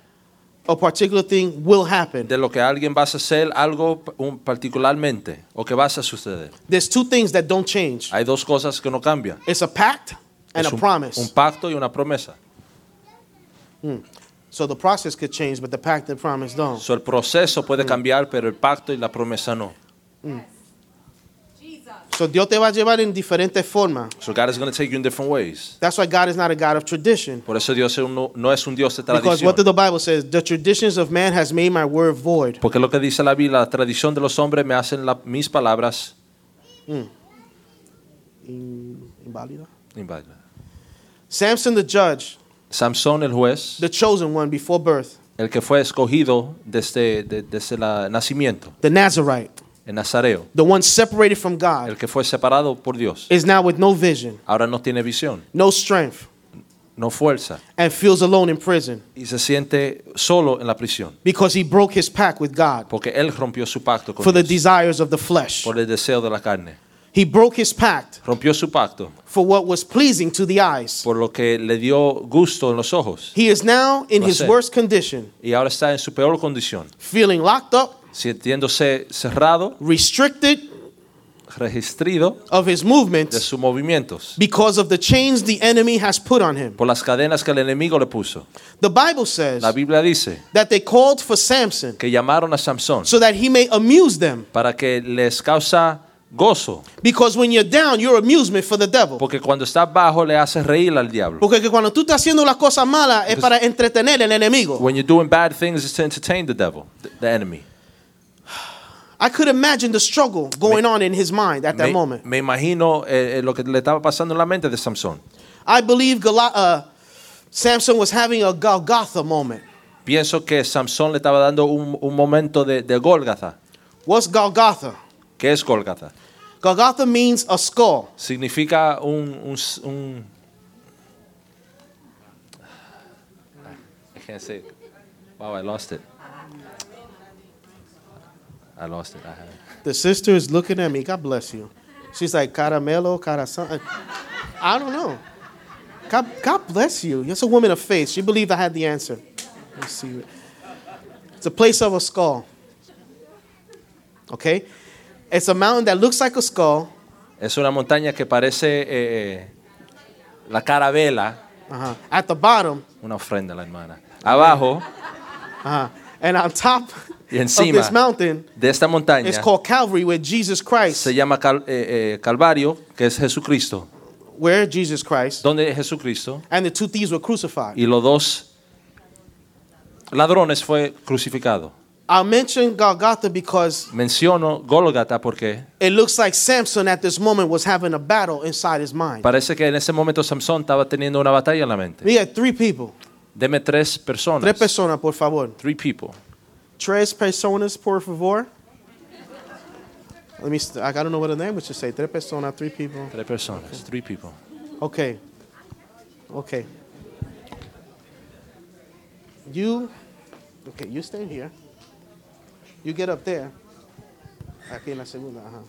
A: a particular thing will happen.
B: de lo que alguien vas a hacer algo un- particularmente o que vas a suceder.
A: There's two things that don't change.
B: Hay dos cosas que no cambian.
A: It's a pact and
B: Es
A: a
B: un- un
A: promise.
B: pacto y una promesa.
A: So the process could change, but the pact and promise don't.
B: So, el proceso
A: Mm.
B: puede cambiar, pero el pacto y la promesa no.
C: Jesus.
A: So Dios te va a llevar en diferentes formas.
B: So God is going to take you in different ways.
A: That's why God is not a God of tradition.
B: Por eso Dios es un- no es un Dios de
A: Because what did
B: tradición.
A: the Bible says? The traditions of man has made my word void.
B: Porque lo que dice la Biblia, la tradición de los hombres me hacen la- mis palabras
A: In- inválida.
B: inválidas.
A: Samson the judge,
B: Samson, el juez,
A: the chosen one before birth,
B: el que fue escogido desde, de- desde el nacimiento,
A: the Nazarite,
B: en Nazareo,
A: the one separated from
B: el
A: God,
B: que fue separado por Dios,
A: is now with no vision,
B: ahora no tiene visión,
A: no strength,
B: no fuerza
A: and feels alone in prison
B: y se siente solo en la prisión.
A: because he broke his pact with God
B: Porque él rompió su pacto con
A: for the
B: Dios,
A: desires of the flesh.
B: por el deseo de la carne.
A: He broke his pact
B: Rompió su pacto
A: for what was pleasing to the eyes.
B: por lo que le dio gusto en los ojos
A: He is now in his
B: Placer.
A: worst condition,
B: y ahora está en su peor condición,
A: feeling locked up,
B: sintiéndose cerrado,
A: restricted
B: registrido
A: of his
B: de
A: movements.
B: sus movimientos
A: because of the chains the enemy has put on him.
B: por las cadenas que el enemigo le puso.
A: The Bible says
B: La Biblia dice
A: that they called for Samson
B: que llamaron a Samson
A: so that he may amuse them.
B: para que les causa gozo,
A: Because when you're down, you're amusement for the devil.
B: porque cuando está bajo le hace reír al diablo.
A: Porque que cuando tú estás haciendo las cosas malas es para entretener al enemigo.
B: When you're doing bad things, it's to entertain the devil, th- the enemy.
A: I could imagine the struggle going on in his mind at that
B: Me,
A: moment.
B: me imagino eh, eh, lo que le estaba pasando en la mente de Samson.
A: I believe Goli- uh, Samson was having a Golgotha moment.
B: Pienso que Samson le estaba dando un, un momento de, de Gólgata.
A: What's Golgotha?
B: ¿Qué es Gólgata?
A: Golgotha means a skull.
B: significa un, un, s- un- I can't say it. Wow, I lost it. I lost it. I had it.
A: The sister is looking at me. God bless you. She's like, caramelo, cara something. I don't know. God, God bless you. That's a woman of faith. She believed I had the answer. Let's see. It's a place of a skull. Okay? It's a mountain that looks like a skull.
B: Es una montaña que parece eh, eh, la carabela,
A: Uh-huh. At the bottom,
B: una ofrenda, la hermana. Abajo,
A: uh-huh. and on top,
B: Y
A: of this
B: encima
A: mountain
B: de esta montaña
A: is called Calvary, where Jesus Christ,
B: se llama Cal- eh, eh, Calvario, que es Jesucristo.
A: where Jesus Christ
B: Donde Jesucristo
A: and the two thieves were crucified.
B: y los dos ladrones fue crucificado.
A: I mention Golgotha because
B: Menciono Gólgata porque
A: it looks like Samson at this moment was having a battle inside his mind.
B: parece que en ese momento Samson estaba teniendo una batalla en la mente.
A: We had three people.
B: Deme tres personas.
A: Tres personas, por favor.
B: Three people.
A: Tres personas, por favor. Let me. St- I don't know what the language to say. Tres personas, three people.
B: Tres personas. Three people.
A: Okay. Okay. You, okay, you stay here. You get up there. Aquí en la segunda, ajá.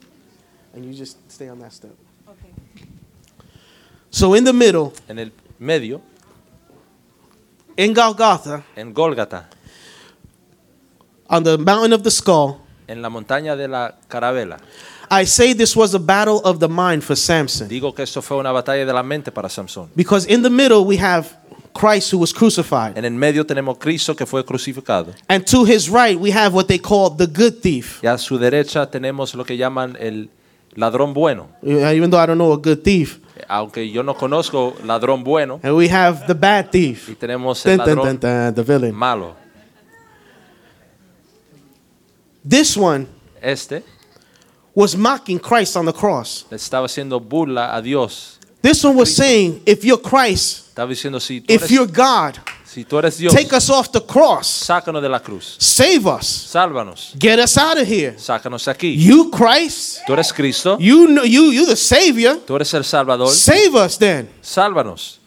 A: And you just stay on that step. So in the middle,
B: En el medio,
A: in Golgotha,
B: en Gólgata,
A: on the mountain of the skull,
B: en la montaña de la carabela.
A: I say this was a battle of the mind for Samson.
B: Digo que esto fue una batalla de la mente para Samson.
A: Because in the middle, we have Christ who was crucified.
B: En el medio tenemos Cristo que fue crucificado.
A: And to his right, we have what they call the good thief.
B: Y a su derecha tenemos lo que llaman el ladrón bueno.
A: Yeah, Even though I don't know a good thief.
B: Aunque yo no conozco ladrón bueno,
A: And we have the bad
B: y
A: thief.
B: tenemos el
A: Dun, dun, dun,
B: ladrón
A: dun, the villain.
B: malo.
A: This one
B: Este
A: was mocking Christ on the cross.
B: le estaba haciendo burla a Dios.
A: This one was saying, if you're Christ,
B: Estaba diciendo, si tú
A: if
B: eres,
A: you're God,
B: si tú eres Dios,
A: take us off the cross.
B: sácanos de la cruz.
A: Save us.
B: Sálvanos.
A: Get us out of here.
B: Sácanos aquí.
A: You Christ,
B: Tú eres Cristo.
A: you know you you the savior.
B: Tú eres el Salvador.
A: Save us then.
B: Sálvanos.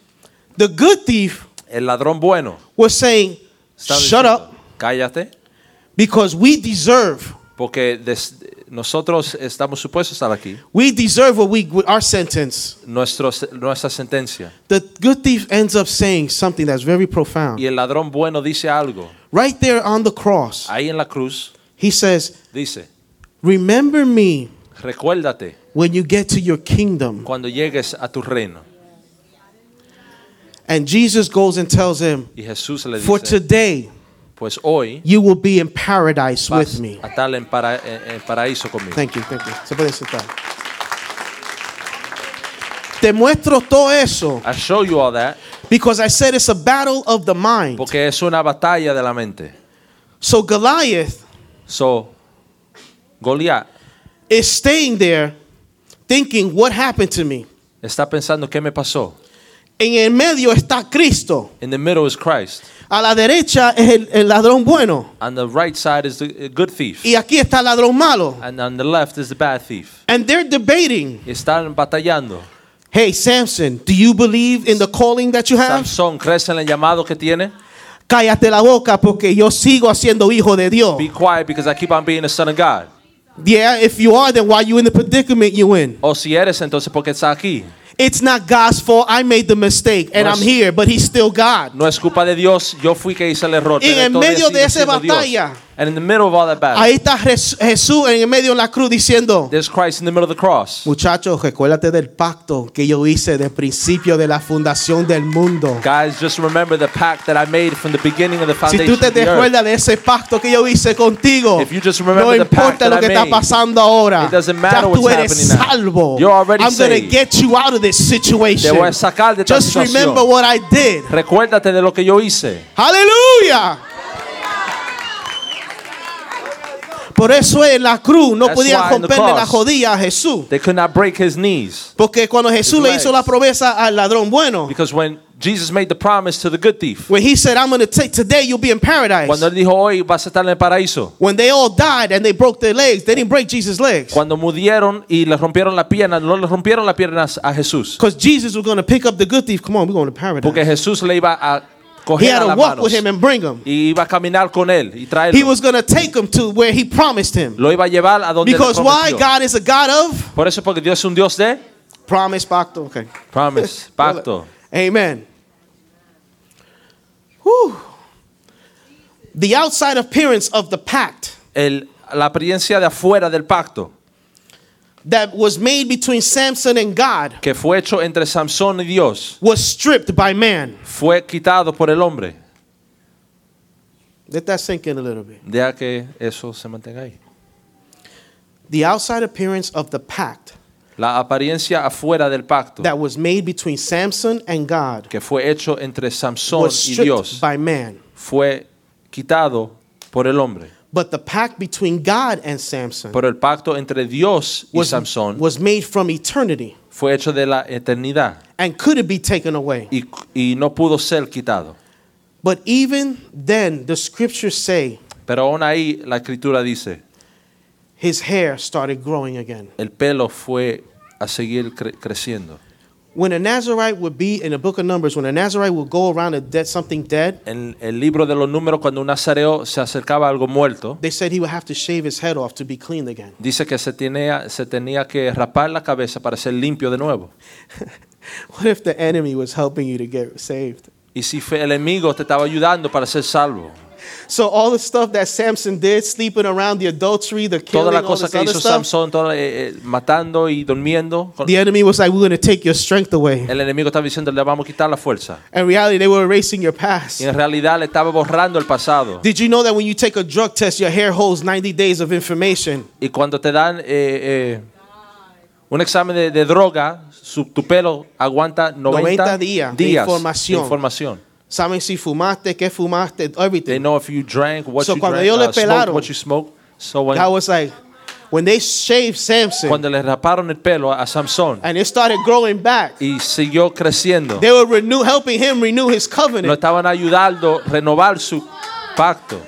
A: The good thief
B: El ladrón bueno.
A: was saying,
B: Estaba
A: shut
B: diciendo,
A: up
B: Cállate.
A: because we deserve
B: Porque des- nosotros estamos supuestos a estar aquí.
A: we deserve what we our sentence.
B: Nuestro, nuestra sentencia.
A: The good thief ends up saying something that's very profound.
B: Y el ladrón bueno dice algo.
A: Right there on the cross,
B: Ahí en la cruz
A: he says,
B: dice,
A: Remember me
B: recuérdate
A: when you get to your kingdom.
B: cuando llegues a tu reino.
A: And Jesus goes and tells him,
B: Y Jesús le
A: For
B: dice,
A: today
B: pues hoy
A: you will be in paradise
B: vas
A: with me.
B: a estar en, para- en- en paraíso conmigo.
A: Thank you, thank you. Se pueden sentar. Te muestro todo eso
B: I show you all that
A: because I said it's a battle of the mind.
B: porque es una batalla de la mente.
A: So Goliath
B: So, Goliat
A: is staying there thinking, What happened to me?
B: está pensando qué me pasó.
A: En el medio está Cristo.
B: In the middle is Christ.
A: A la derecha es el, el ladrón bueno.
B: On the right side is the eh, good thief.
A: Y aquí está el ladrón malo.
B: And on the left is the bad thief.
A: And they're debating.
B: Están batallando.
A: Hey, Samson, do you believe in the calling that you have?
B: Samson, ¿crees en el llamado que tiene?
A: Cállate la boca porque yo sigo haciendo hijo de Dios.
B: Be quiet because I keep on being the son of God.
A: Yeah, if you are, then why you in the predicament you in?
B: O si eres, entonces, ¿por qué estás aquí?
A: It's not God's fault. I made the mistake and
B: No
A: I'm
B: es-
A: here, but he's still God.
B: No es culpa de Dios, yo fui que hice el error.
A: Y en
B: pero todavía
A: medio de
B: sigue
A: esa
B: siendo Dios.
A: batalla.
B: And in the middle of all that battle,
A: Ahí está Jes- Jesús en el medio de la cruz diciendo,
B: there's Christ in the middle of the cross.
A: muchachos, recuérdate del pacto que yo hice del principio de la fundación del mundo.
B: Guys, just remember the pact that I made from the beginning of the
A: Si
B: foundation
A: tú te
B: of the earth.
A: recuerdas de ese pacto que yo hice contigo,
B: If you just remember
A: no
B: the
A: importa
B: pact
A: lo
B: that
A: que
B: I
A: está
B: made,
A: pasando ahora,
B: it doesn't
A: ya
B: matter
A: tú
B: what's
A: eres
B: happening now.
A: salvo.
B: You're already
A: I'm gonna
B: saved.
A: get you out of this
B: Te
A: situation.
B: voy a sacar de esta
A: Just
B: situación.
A: remember what I did.
B: Recuérdate de lo que yo hice.
A: Aleluya. Por eso en la cruz no
B: That's
A: podían
B: why in the
A: romperle la
B: cross-
A: rodilla a Jesús.
B: They could not break his knees.
A: Porque cuando Jesús le hizo
B: legs.
A: la promesa al ladrón bueno,
B: Because when Jesus made the promise to the good thief,
A: when he said, I'm going to take today, you'll be in paradise.
B: cuando él dijo, hoy vas a estar en el paraíso.
A: when they all died and they broke their legs, they didn't break Jesus' legs.
B: Cuando murieron y le rompieron la pierna, no le rompieron las piernas a Jesús.
A: Because Jesus was going to pick up the good thief. Come on, we're going to
B: Porque
A: paradise.
B: Jesús le iba a
A: He
B: coger
A: had
B: a
A: to
B: las
A: walk with him
B: manos
A: and bring him.
B: y iba a caminar con él y
A: He
B: traerlo.
A: was going to take him to where he promised him.
B: Lo iba a llevar a donde le
A: Because why?
B: prometió.
A: God is a God of
B: Por eso porque Dios es un Dios de
A: promise, pacto. Okay.
B: promise, pacto.
A: Amen. Whew. The outside appearance of the pact
B: El- la apariencia de afuera del pacto
A: that was made between Samson and God
B: que fue hecho entre Samson y Dios
A: was stripped by man.
B: fue quitado por el hombre.
A: Let that sink in a little bit.
B: Deja que eso se mantenga ahí.
A: The outside appearance of the pact
B: La apariencia afuera del pacto
A: that was made between Samson and God
B: que fue hecho entre Samson
A: was
B: y
A: stripped
B: Dios
A: by man.
B: fue quitado por el hombre.
A: But the pact between God and Samson
B: Pero el pacto entre Dios y
A: was,
B: Samson
A: was made from eternity
B: fue hecho de la eternidad
A: and couldn't be taken away.
B: y, y no pudo ser quitado.
A: But even then, the scriptures say
B: Pero aún ahí la escritura dice,
A: his hair started growing again.
B: el pelo fue a seguir cre- creciendo.
A: When a Nazarite would be in the book of Numbers, when a Nazarite would go around a dead, something dead,
B: En el libro de los números, cuando un nazareo se acercaba a algo muerto,
A: they said he would have to shave his head off to be cleaned again.
B: dice que se tenía, se tenía que rapar la cabeza para ser limpio de nuevo.
A: What if the enemy was helping you to get saved?
B: Y si fue el enemigo, te estaba ayudando para ser salvo.
A: So all the stuff that Samson did, sleeping around, the adultery, the
B: Toda
A: killing,
B: la
A: all
B: cosa
A: this
B: que
A: other
B: hizo
A: stuff,
B: Samson, toda, eh, eh, matando y durmiendo, con-
A: the enemy was like, "We're going to take your strength away."
B: el enemigo estaba diciendo, le vamos a quitar la fuerza.
A: In reality, they were erasing your past.
B: Y en realidad le estaba borrando el pasado.
A: Did you know that when you take a drug test, your hair holds 90 days of information?
B: Y cuando te dan eh, eh, un examen de, de droga, su- tu pelo aguanta 90,
A: 90 días de información.
B: de información.
A: Saben si fumaste, qué fumaste,
B: They
A: everything.
B: know if you drank, what
A: So
B: you
A: cuando
B: drank,
A: ellos le
B: uh, smoked,
A: pelaron,
B: what you smoked. So when-
A: That was like when they shaved Samson
B: cuando le raparon el pelo a, a Samson
A: and it started growing back.
B: y siguió creciendo,
A: They were renew, helping him renew his
B: lo
A: covenant.
B: estaban ayudando a renovar su pacto.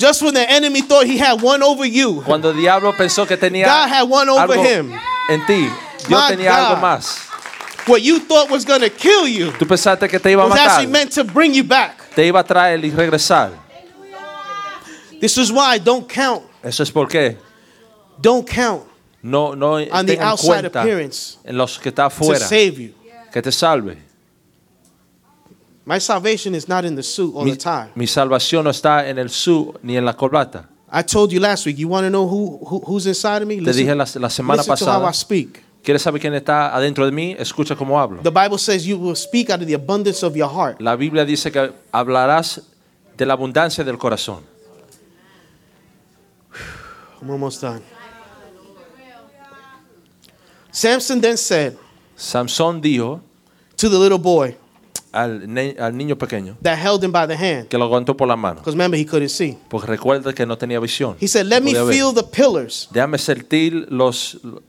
A: Just when the enemy thought he had one over you,
B: Cuando el diablo pensó que tenía
A: God had one over
B: algo
A: him.
B: en ti, Dios
A: My
B: tenía
A: God.
B: algo más.
A: what you thought was going to kill you
B: Tú pensaste que te iba a
A: was actually
B: matar,
A: meant to bring you back.
B: te iba a traer y regresar.
A: This is why don't count.
B: Eso es porque
A: Don't count
B: No, no
A: On the
B: tengan
A: outside
B: cuenta
A: appearance
B: en los que está
A: to
B: afuera,
A: save you.
B: que te salve.
A: My salvation is not in the suit all
B: Mi,
A: the time.
B: mi salvación no está en el sur ni en la corbata.
A: I told you last week, you want to know who, who who's inside of me?
B: Te dije la, la semana
A: listen to how I
B: pasada,
A: speak.
B: ¿quieres saber quién está adentro de mí? Escucha cómo hablo.
A: The Bible says you will speak out of the abundance of your heart.
B: La Biblia dice que hablarás de la abundancia del corazón.
A: I'm almost done. Samson then said
B: Samson dijo
A: to the little boy
B: al, ne- al niño pequeño
A: that held him by the hand,
B: que lo aguantó por la mano,
A: because remember he couldn't see.
B: porque recuerda que no tenía visión.
A: He said, "Let
B: No
A: me
B: podía ver.
A: feel the pillars
B: Déjame sentir los los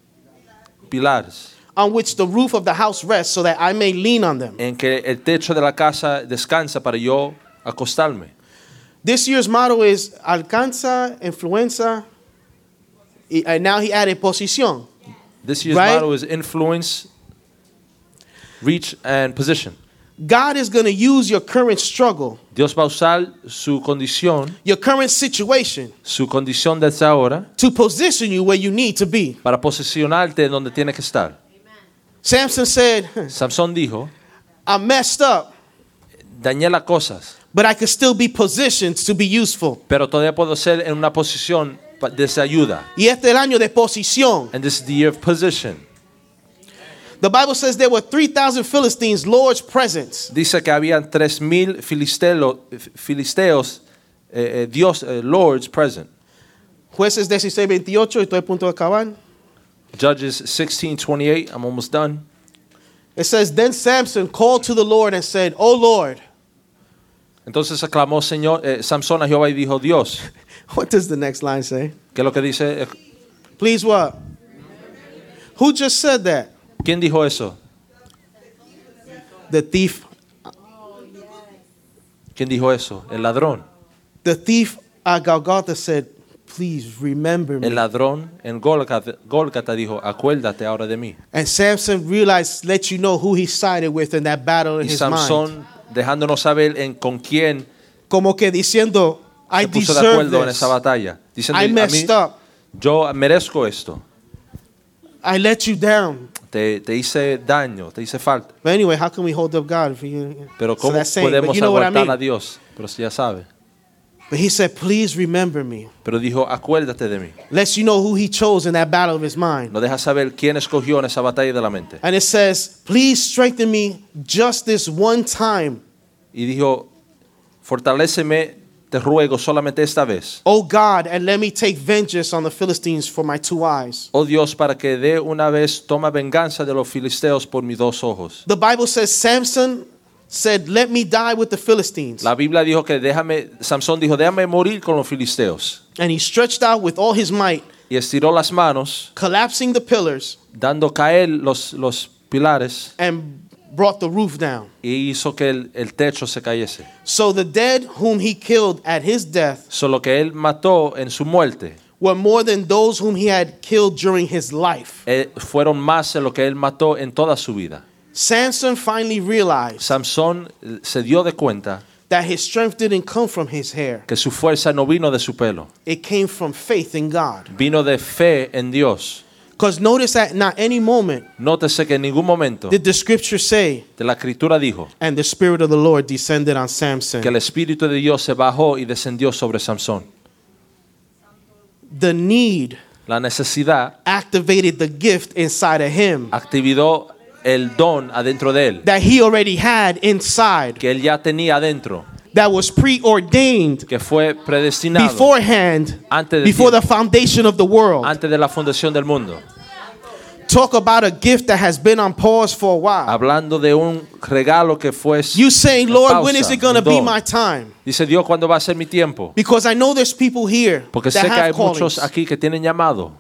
B: pilares
A: on which the roof of the house rests, so that I may lean on them."
B: en que el techo de la casa descansa para yo acostarme.
A: This year's motto is alcanza, influenza, y- and now he added posición.
B: This year's
A: Right?
B: motto is influence, reach, and position.
A: God is going to use your current struggle,
B: Dios va a usar su condición,
A: your current situation,
B: su condición desde ahora,
A: to position you where you need to be.
B: para posicionarte en donde tienes que estar.
A: Samson said, "Hmm,
B: Samson dijo,
A: "I messed up."
B: dañé las cosas,
A: but I could still be positioned to be useful.
B: pero todavía puedo ser en una posición pa- de esa ayuda.
A: Y este es el año de posición.
B: And this is the year of position.
A: The Bible says there were 3,000 Philistines, Lord's presence.
B: Dice que habían 3.000 filistelo- filisteos, eh, eh, Dios, eh, Lord's present.
A: Jueces 16, 28, estoy a punto de acabar.
B: Judges 16:28. I'm almost done.
A: It says, Then Samson called to the Lord and said, O Lord,
B: Entonces aclamó Señor eh, Samson a Jehová y dijo, Dios,
A: what does the next line say?
B: ¿qué es lo que dice? Eh,
A: Please what? Who just said that?
B: ¿Quién dijo eso?
A: The thief,
B: ¿Quién dijo eso? El ladrón.
A: the thief at Golgotha said, Please remember me.
B: El ladrón en Golgata, Golgata dijo, acuérdate ahora de mí.
A: And Samson realized, let you know who he sided with in that battle in
B: Y
A: his
B: Samson,
A: mind.
B: dejándonos saber en con quién
A: Como que diciendo, I
B: se puso de
A: deserve
B: acuerdo en
A: this.
B: esa batalla. Diciendo,
A: I
B: "A mí,
A: messed up.
B: yo merezco esto.
A: I let you down.
B: Te, te hice daño, te hice falta.
A: But anyway, how can we hold up God if you?
B: Pero
A: so
B: ¿cómo
A: that's saying, but
B: podemos
A: you know what I
B: aguantar
A: mean.
B: a Dios? Pero si ya sabe.
A: But he said, "Please remember me."
B: Pero dijo, acuérdate de mí.
A: Lets you know who he chose in that battle of his mind.
B: No deja saber quién escogió en esa batalla de la mente.
A: And it says, "Please strengthen me just this one time,
B: y dijo, fortaléceme te ruego solamente esta vez,
A: O God, and let me take vengeance on the Philistines for my two eyes.
B: oh Dios, para que de una vez toma venganza de los filisteos por mis dos ojos.
A: The Bible says Samson said, Let me die with the Philistines.
B: La Biblia dijo que déjame, Samson dijo, déjame morir con los filisteos.
A: And he stretched out with all his might,
B: Y estiró las manos,
A: collapsing the pillars,
B: dando caer los, los pilares,
A: and brought the roof down.
B: y hizo que el, el techo se cayese.
A: So the dead whom he killed at his death
B: Solo que él mató en su muerte,
A: were more than those whom he had killed during his life.
B: eh, fueron más de lo que él mató en toda su vida.
A: Samson finally realized
B: Samson eh, se dio de cuenta
A: that his strength didn't come from his hair,
B: que su fuerza no vino de su pelo,
A: it came from faith in God.
B: vino de fe en Dios.
A: Because notice at not any moment
B: Nótese que en ningún momento
A: did the scripture say,
B: de la escritura dijo
A: and the Spirit of the Lord descended on Samson.
B: que el Espíritu de Dios se bajó y descendió sobre Samson.
A: the need
B: La necesidad
A: activated the gift inside of him
B: activó el don adentro de él,
A: that he already had inside
B: que él ya tenía adentro,
A: that was preordained
B: que fue predestinado
A: beforehand
B: Antes de
A: before the
B: tiempo.
A: foundation of the world
B: antes de la fundación del mundo.
A: talk about a gift that has been on pause for a while
B: Hablando de un regalo que fue...
A: you saying
B: en
A: lord
B: pausa,
A: when is it
B: un
A: going to be
B: don".
A: my time
B: Dice Dios, ¿cuándo va a ser mi tiempo?
A: because i know there's people here
B: Porque
A: that
B: sé que hay
A: have callings
B: muchos aquí que tienen llamado.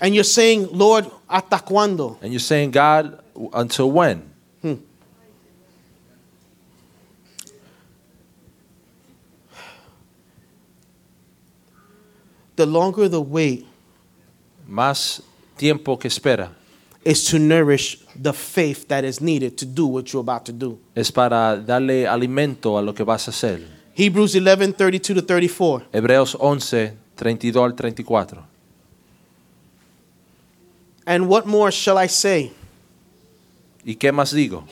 A: and you're saying lord hasta cuando
B: And you're saying, God, until when?
A: the longer the wait
B: Más tiempo que espera
A: is to nourish the faith that is needed to do what you're about to do
B: es para darle alimento a lo que vas a hacer.
A: hebrews 11 32 to 34
B: Hebreos 11, 32 al 34.
A: and what more shall i say
B: ¿Y qué más digo?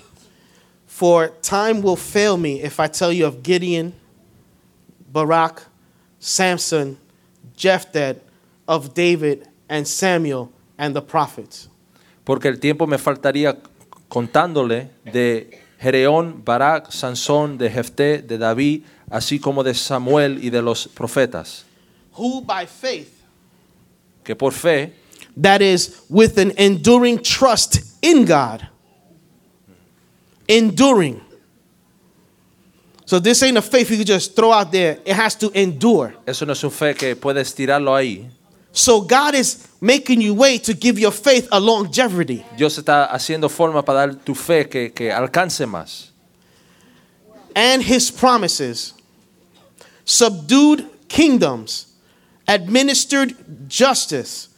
A: For time will fail me if I tell you of Gideon, Barak, Samson, Jephthah, of David and Samuel and the prophets.
B: Porque el tiempo me faltaría contándole de Gereón, Barak, Sansón, de Jefté, de David, así como de Samuel y de los profetas,
A: Who by faith,
B: que por fe,
A: that is, with an enduring trust in God, enduring. So this ain't a faith you can just throw out there. It has to endure.
B: eso no es un fe que puedes tirarlo ahí.
A: So God is making you wait to give your faith a longevity.
B: Dios está haciendo forma para dar tu fe que, que alcance más.
A: and his promises, subdued kingdoms, administered justice,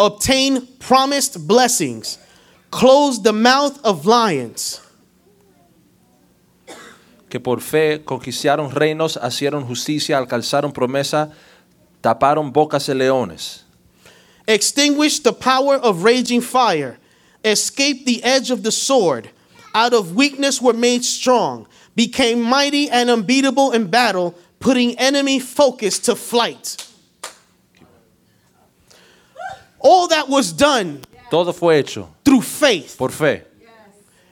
A: obtained promised blessings, closed the mouth of lions.
B: que por fe conquistaron reinos, hicieron justicia, alcanzaron promesa, taparon bocas de leones,
A: extinguish the power of raging fire, escaped the edge of the sword, out of weakness were made strong, became mighty and unbeatable in battle, putting enemy focus to flight. All that was done
B: todo fue hecho
A: through faith.
B: por fe.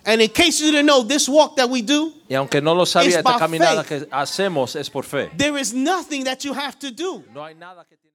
A: And in case you didn't know, this walk that we do,
B: Y aunque no lo sabía,
A: It's
B: esta
A: by
B: caminada
A: faith.
B: que hacemos es por fe.
A: there is nothing that you have to do.
B: No hay nada que tiene-